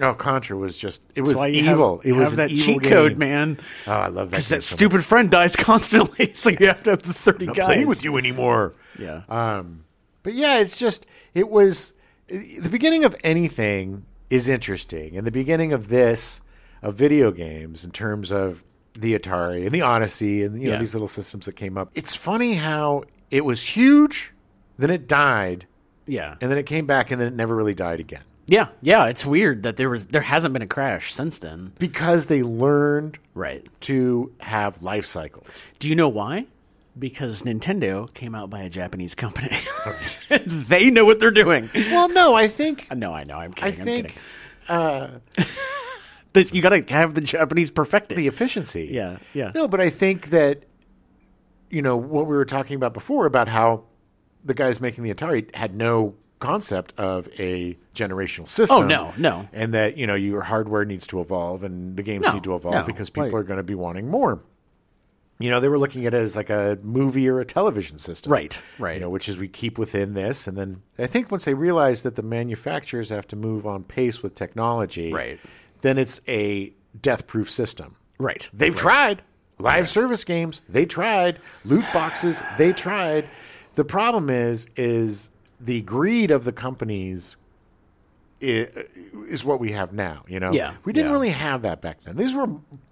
Speaker 1: Oh, Contra was just it was
Speaker 2: Why you
Speaker 1: evil.
Speaker 2: Have,
Speaker 1: it was
Speaker 2: have
Speaker 1: an
Speaker 2: that
Speaker 1: evil
Speaker 2: cheat
Speaker 1: game.
Speaker 2: code, man.
Speaker 1: Oh, I love that.
Speaker 2: Because that
Speaker 1: game so
Speaker 2: stupid friend dies constantly, so you have to have the thirty
Speaker 1: much. Not
Speaker 2: guys.
Speaker 1: playing with you anymore.
Speaker 2: Yeah.
Speaker 1: Um, but yeah, it's just it was the beginning of anything is interesting, and the beginning of this of video games in terms of the Atari and the Odyssey and you know
Speaker 2: Yeah.
Speaker 1: these little systems that came up. It's funny how it was huge, then it died,
Speaker 2: yeah.
Speaker 1: and then it came back, and then it never really died again
Speaker 2: Yeah. Yeah. It's weird that there was there hasn't been a crash since then.
Speaker 1: because they learned
Speaker 2: Right.
Speaker 1: to have life cycles.
Speaker 2: Do you know why? Because Nintendo came out by a Japanese company. they know what they're doing.
Speaker 1: Well, no, I think
Speaker 2: No, I know. I'm
Speaker 1: I
Speaker 2: kidding. I am
Speaker 1: think
Speaker 2: kidding. That You got to have the Japanese perfected.
Speaker 1: the efficiency.
Speaker 2: Yeah, yeah.
Speaker 1: No, but I think that you know what we were talking about before about how the guys making the Atari had no concept of a generational system.
Speaker 2: Oh, no, no.
Speaker 1: And that you know your hardware needs to evolve and the games
Speaker 2: No,
Speaker 1: need to evolve
Speaker 2: no,
Speaker 1: because people
Speaker 2: right.
Speaker 1: are going to be wanting more. You know, they were looking at it as like a movie or a television system.
Speaker 2: Right, right.
Speaker 1: You know, which is we keep within this. And then I think once they realize that the manufacturers have to move on pace with technology,
Speaker 2: Right.
Speaker 1: then it's a death proof system.
Speaker 2: Right.
Speaker 1: They've tried live service games. They tried loot boxes. They tried The problem is, is the greed of the companies i- is what we have now. You know,
Speaker 2: Yeah.
Speaker 1: we didn't
Speaker 3: Yeah.
Speaker 1: really have that back then. These were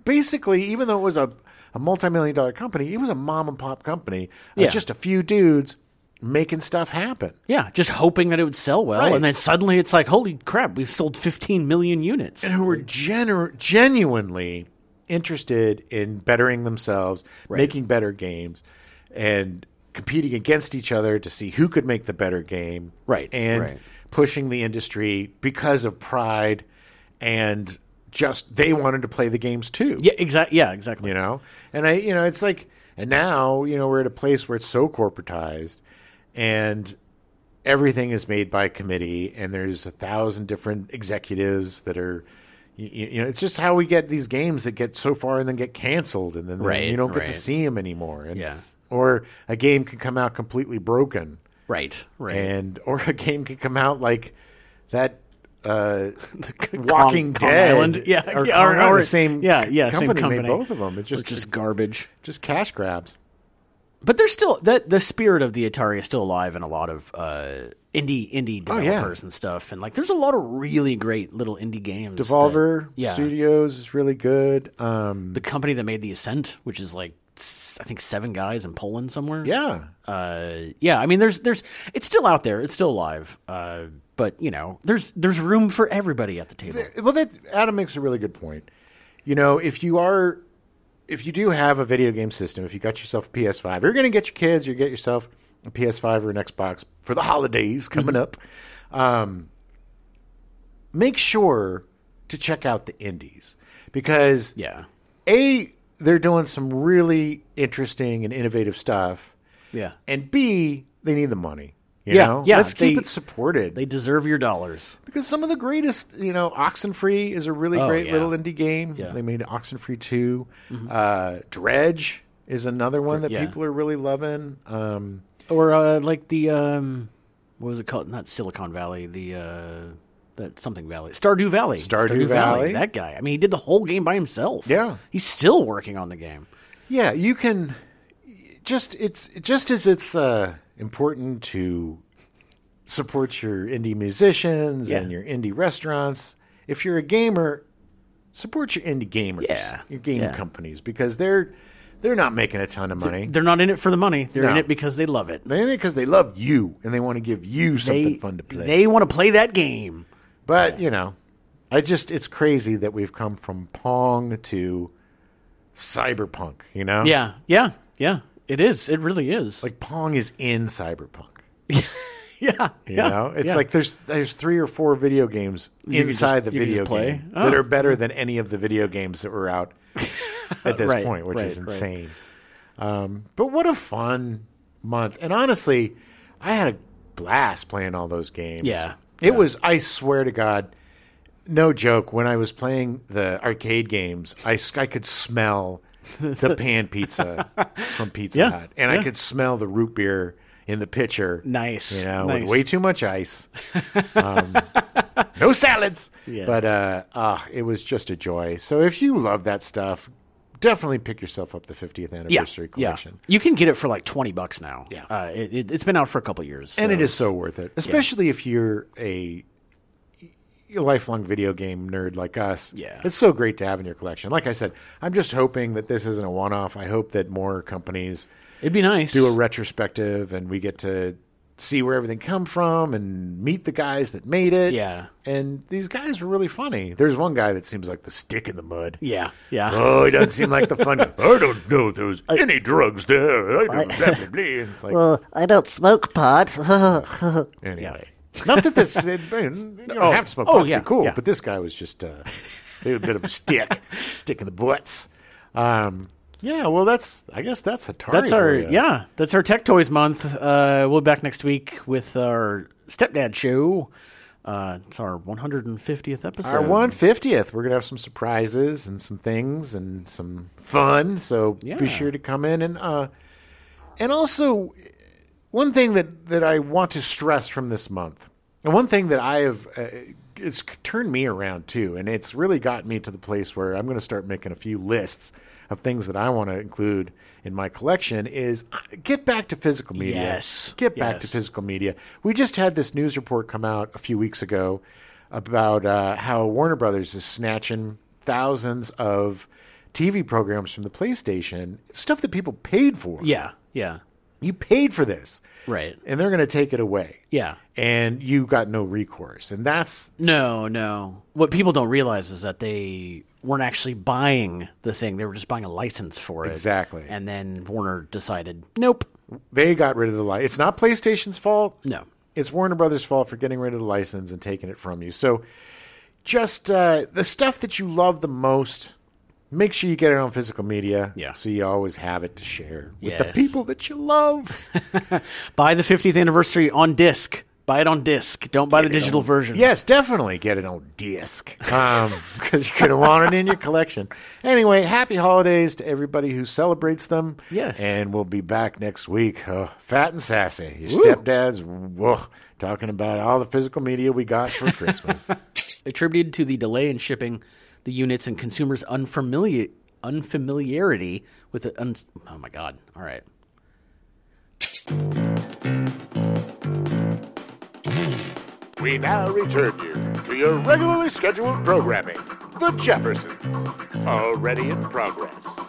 Speaker 1: basically, even though it was a, a multi-million dollar company, it was a mom and pop company, of
Speaker 2: Yeah.
Speaker 1: just a few dudes making stuff happen.
Speaker 2: Yeah, just hoping that it would sell well,
Speaker 1: Right.
Speaker 2: and then suddenly it's like, holy crap, we've sold 15 million units.
Speaker 1: who were genu- genuinely interested in bettering themselves, making better games, and competing against each other to see who could make the better game.
Speaker 2: Right,
Speaker 1: And
Speaker 3: right.
Speaker 1: pushing the industry because of pride and just they wanted to play the games too.
Speaker 2: Yeah, exactly. Yeah, exactly.
Speaker 1: You know? And I you know, it's like and now, you know, we're at a place where it's so corporatized and everything is made by committee and there's a thousand different executives that are you, you know, it's just how we get these games that get so far and then get canceled and then
Speaker 3: Right,
Speaker 1: you don't get to
Speaker 3: right.
Speaker 1: see them anymore. And,
Speaker 2: Yeah.
Speaker 1: Or a game can come out completely broken
Speaker 2: Right. Right.
Speaker 1: and or a game could come out like that uh
Speaker 2: Kong-
Speaker 1: Walking
Speaker 2: Kong
Speaker 1: Dead
Speaker 2: Island. Yeah,
Speaker 1: or
Speaker 2: yeah,
Speaker 1: Kong Island, the same
Speaker 2: Yeah, yeah, same
Speaker 1: company made
Speaker 2: company.
Speaker 1: both of 'em. It's
Speaker 2: Was
Speaker 1: just-
Speaker 2: just garbage.
Speaker 1: just cash grabs.
Speaker 2: But there's still the the spirit of the Atari is still alive in a lot of uh, indie indie
Speaker 1: Oh, yeah.
Speaker 2: developers and stuff, and like there's a lot of really great little indie games. that-
Speaker 1: Devolver
Speaker 2: yeah.
Speaker 1: Studios is really good. Um,
Speaker 2: the company that made the Ascent, which is like s- I think seven guys in Poland somewhere.
Speaker 1: yeah,
Speaker 2: uh, yeah, I mean, there's, there's, it's still out there, it's still alive, uh, but you know, there's, there's room for everybody at the table.
Speaker 1: well, that Adam makes a really good point. You know, if you are, if you do have a video game system, if you got yourself a PS5, you're going to get your kids, you get yourself a PS5 or an Xbox for the holidays coming up.
Speaker 2: Mm-hmm.
Speaker 1: Um, make sure to check out the indies because
Speaker 2: yeah,
Speaker 1: a they're doing some really interesting and innovative stuff,
Speaker 2: yeah,
Speaker 1: and b they need the money. You
Speaker 2: Yeah,
Speaker 1: know?
Speaker 2: yeah,
Speaker 1: let's keep
Speaker 2: they-
Speaker 1: it supported.
Speaker 2: they deserve your dollars.
Speaker 1: Because some of the greatest, you know, Oxenfree is a really
Speaker 2: Oh,
Speaker 1: great
Speaker 2: yeah.
Speaker 1: little indie game.
Speaker 2: Yeah. Mm-hmm.
Speaker 1: They made Oxenfree 2. Uh, Dredge is another one that
Speaker 2: Yeah.
Speaker 1: people are really loving. Um,
Speaker 2: Or uh, like the, um, what was it called? Not Silicon Valley, the, uh, that something Valley, Stardew Valley,
Speaker 1: Stardew Valley.
Speaker 2: That guy. I mean, he did the whole game by himself.
Speaker 1: Yeah.
Speaker 2: he's still working on the game.
Speaker 1: yeah, you can just it's just as it's uh, important to support your indie musicians
Speaker 2: Yeah.
Speaker 1: and your indie restaurants. If you're a gamer, support your indie gamers,
Speaker 2: Yeah,
Speaker 1: your game
Speaker 2: yeah.
Speaker 1: companies because they're they're not making a ton of money.
Speaker 2: They're not in it for the money. They're in
Speaker 1: No.
Speaker 2: it because they love it.
Speaker 1: Mainly because they love you and they want to give you something
Speaker 2: They,
Speaker 1: fun to play.
Speaker 2: they want to play that game.
Speaker 1: But you know, I just it's crazy that we've come from Pong to cyberpunk. You know,
Speaker 2: Yeah, yeah, yeah. It is. It really is.
Speaker 1: like Pong is in cyberpunk.
Speaker 2: yeah,
Speaker 1: You
Speaker 2: yeah,
Speaker 1: know, it's
Speaker 2: yeah.
Speaker 1: like there's there's three or four video games
Speaker 2: can
Speaker 1: inside
Speaker 2: just-
Speaker 1: the
Speaker 2: you can
Speaker 1: video
Speaker 2: just play?
Speaker 1: game
Speaker 2: Oh.
Speaker 1: that are better than any of the video games that were out at this
Speaker 2: Right,
Speaker 1: point, which
Speaker 2: right,
Speaker 1: is
Speaker 2: right.
Speaker 1: insane. Um, but what a fun month! And honestly, I had a blast playing all those games.
Speaker 2: Yeah,
Speaker 1: it was. I swear to God, no joke. When I was playing the arcade games, I s- I could smell the pan pizza from Pizza
Speaker 2: Yeah,
Speaker 1: Hut, and
Speaker 2: yeah.
Speaker 1: I could smell the root beer in the pitcher.
Speaker 2: nice.
Speaker 1: You know,
Speaker 2: nice.
Speaker 1: with way too much ice. Um, no salads.
Speaker 2: Yeah.
Speaker 1: But uh, ah, it was just a joy. So if you love that stuff, definitely pick yourself up the 50th
Speaker 2: yeah,
Speaker 1: anniversary
Speaker 2: yeah.
Speaker 1: collection.
Speaker 2: You can get it for like twenty bucks now.
Speaker 1: Yeah.
Speaker 2: uh, it, it, it's been out for a couple years,
Speaker 1: And
Speaker 2: so-
Speaker 1: it is so worth it, especially if you're a lifelong video game nerd like us.
Speaker 2: Yeah.
Speaker 1: It's so great to have in your collection. Like I said, I'm just hoping that this isn't a one off. I hope that more companies
Speaker 2: It'd be nice.
Speaker 1: do a retrospective and we get to see where everything come from and meet the guys that made it.
Speaker 2: Yeah.
Speaker 1: And these guys were really funny. There's one guy that seems like the stick in the mud.
Speaker 2: yeah, yeah.
Speaker 1: Oh, he doesn't seem like the fun guy. I don't know if there was any drugs there. I don't blah, blah, blah. It's like,
Speaker 4: Uh, I don't smoke pot.
Speaker 1: anyway. Not that this, you don't have to smoke
Speaker 2: oh,
Speaker 1: pot to be
Speaker 2: yeah,
Speaker 1: cool,
Speaker 2: yeah.
Speaker 1: but this guy was just uh, he was a bit of a stick, stick in the butts. Um, yeah, well, that's, I guess that's Atari.
Speaker 2: that's
Speaker 1: for
Speaker 2: our
Speaker 1: ya.
Speaker 2: yeah. That's our Tech Toys month. Uh, we'll be back next week with our stepdad show. Uh, it's our 150th episode.
Speaker 1: Our one fiftieth. We're gonna have some surprises and some things and some fun. So
Speaker 2: Yeah.
Speaker 1: be sure to come in and uh, and also one thing that that I want to stress from this month, and one thing that I have uh, it's turned me around too, and it's really got me to the place where I'm going to start making a few lists of things that I want to include in my collection. Is uh, get back to physical media.
Speaker 2: Yes.
Speaker 1: get back to
Speaker 2: Yes.
Speaker 1: physical media. We just had this news report come out a few weeks ago about uh, how Warner Brothers is snatching thousands of TV programs from the PlayStation, stuff that people paid for.
Speaker 2: Yeah, yeah,
Speaker 1: You paid for this.
Speaker 2: right.
Speaker 1: And they're going to take it away.
Speaker 2: Yeah.
Speaker 1: And you got no recourse. And that's
Speaker 2: No, no. What people don't realize is that they weren't actually buying the thing; they were just buying a license for it.
Speaker 1: Exactly.
Speaker 2: And then Warner decided, nope,
Speaker 1: they got rid of the license. It's not PlayStation's fault.
Speaker 2: no.
Speaker 1: It's Warner Brothers' fault for getting rid of the license and taking it from you. So just uh, the stuff that you love the most, make sure you get it on physical media.
Speaker 2: Yeah.
Speaker 1: So you always have it to share with the
Speaker 2: Yes.
Speaker 1: people that you love.
Speaker 2: Buy the 50th anniversary on disc. Buy it on disc. Don't buy the digital version.
Speaker 1: Yes, definitely get it on disc because you're going to want it in your collection. Anyway, happy holidays to everybody who celebrates them.
Speaker 2: Yes.
Speaker 1: And we'll be back next week. Uh, fat and sassy. Your stepdad's whoa, talking about all the physical media we got for Christmas.
Speaker 2: attributed to the delay in shipping the units and consumers' unfamiliar unfamiliarity with the un- oh my god all right
Speaker 1: we now return you to your regularly scheduled programming, The Jeffersons, already in progress.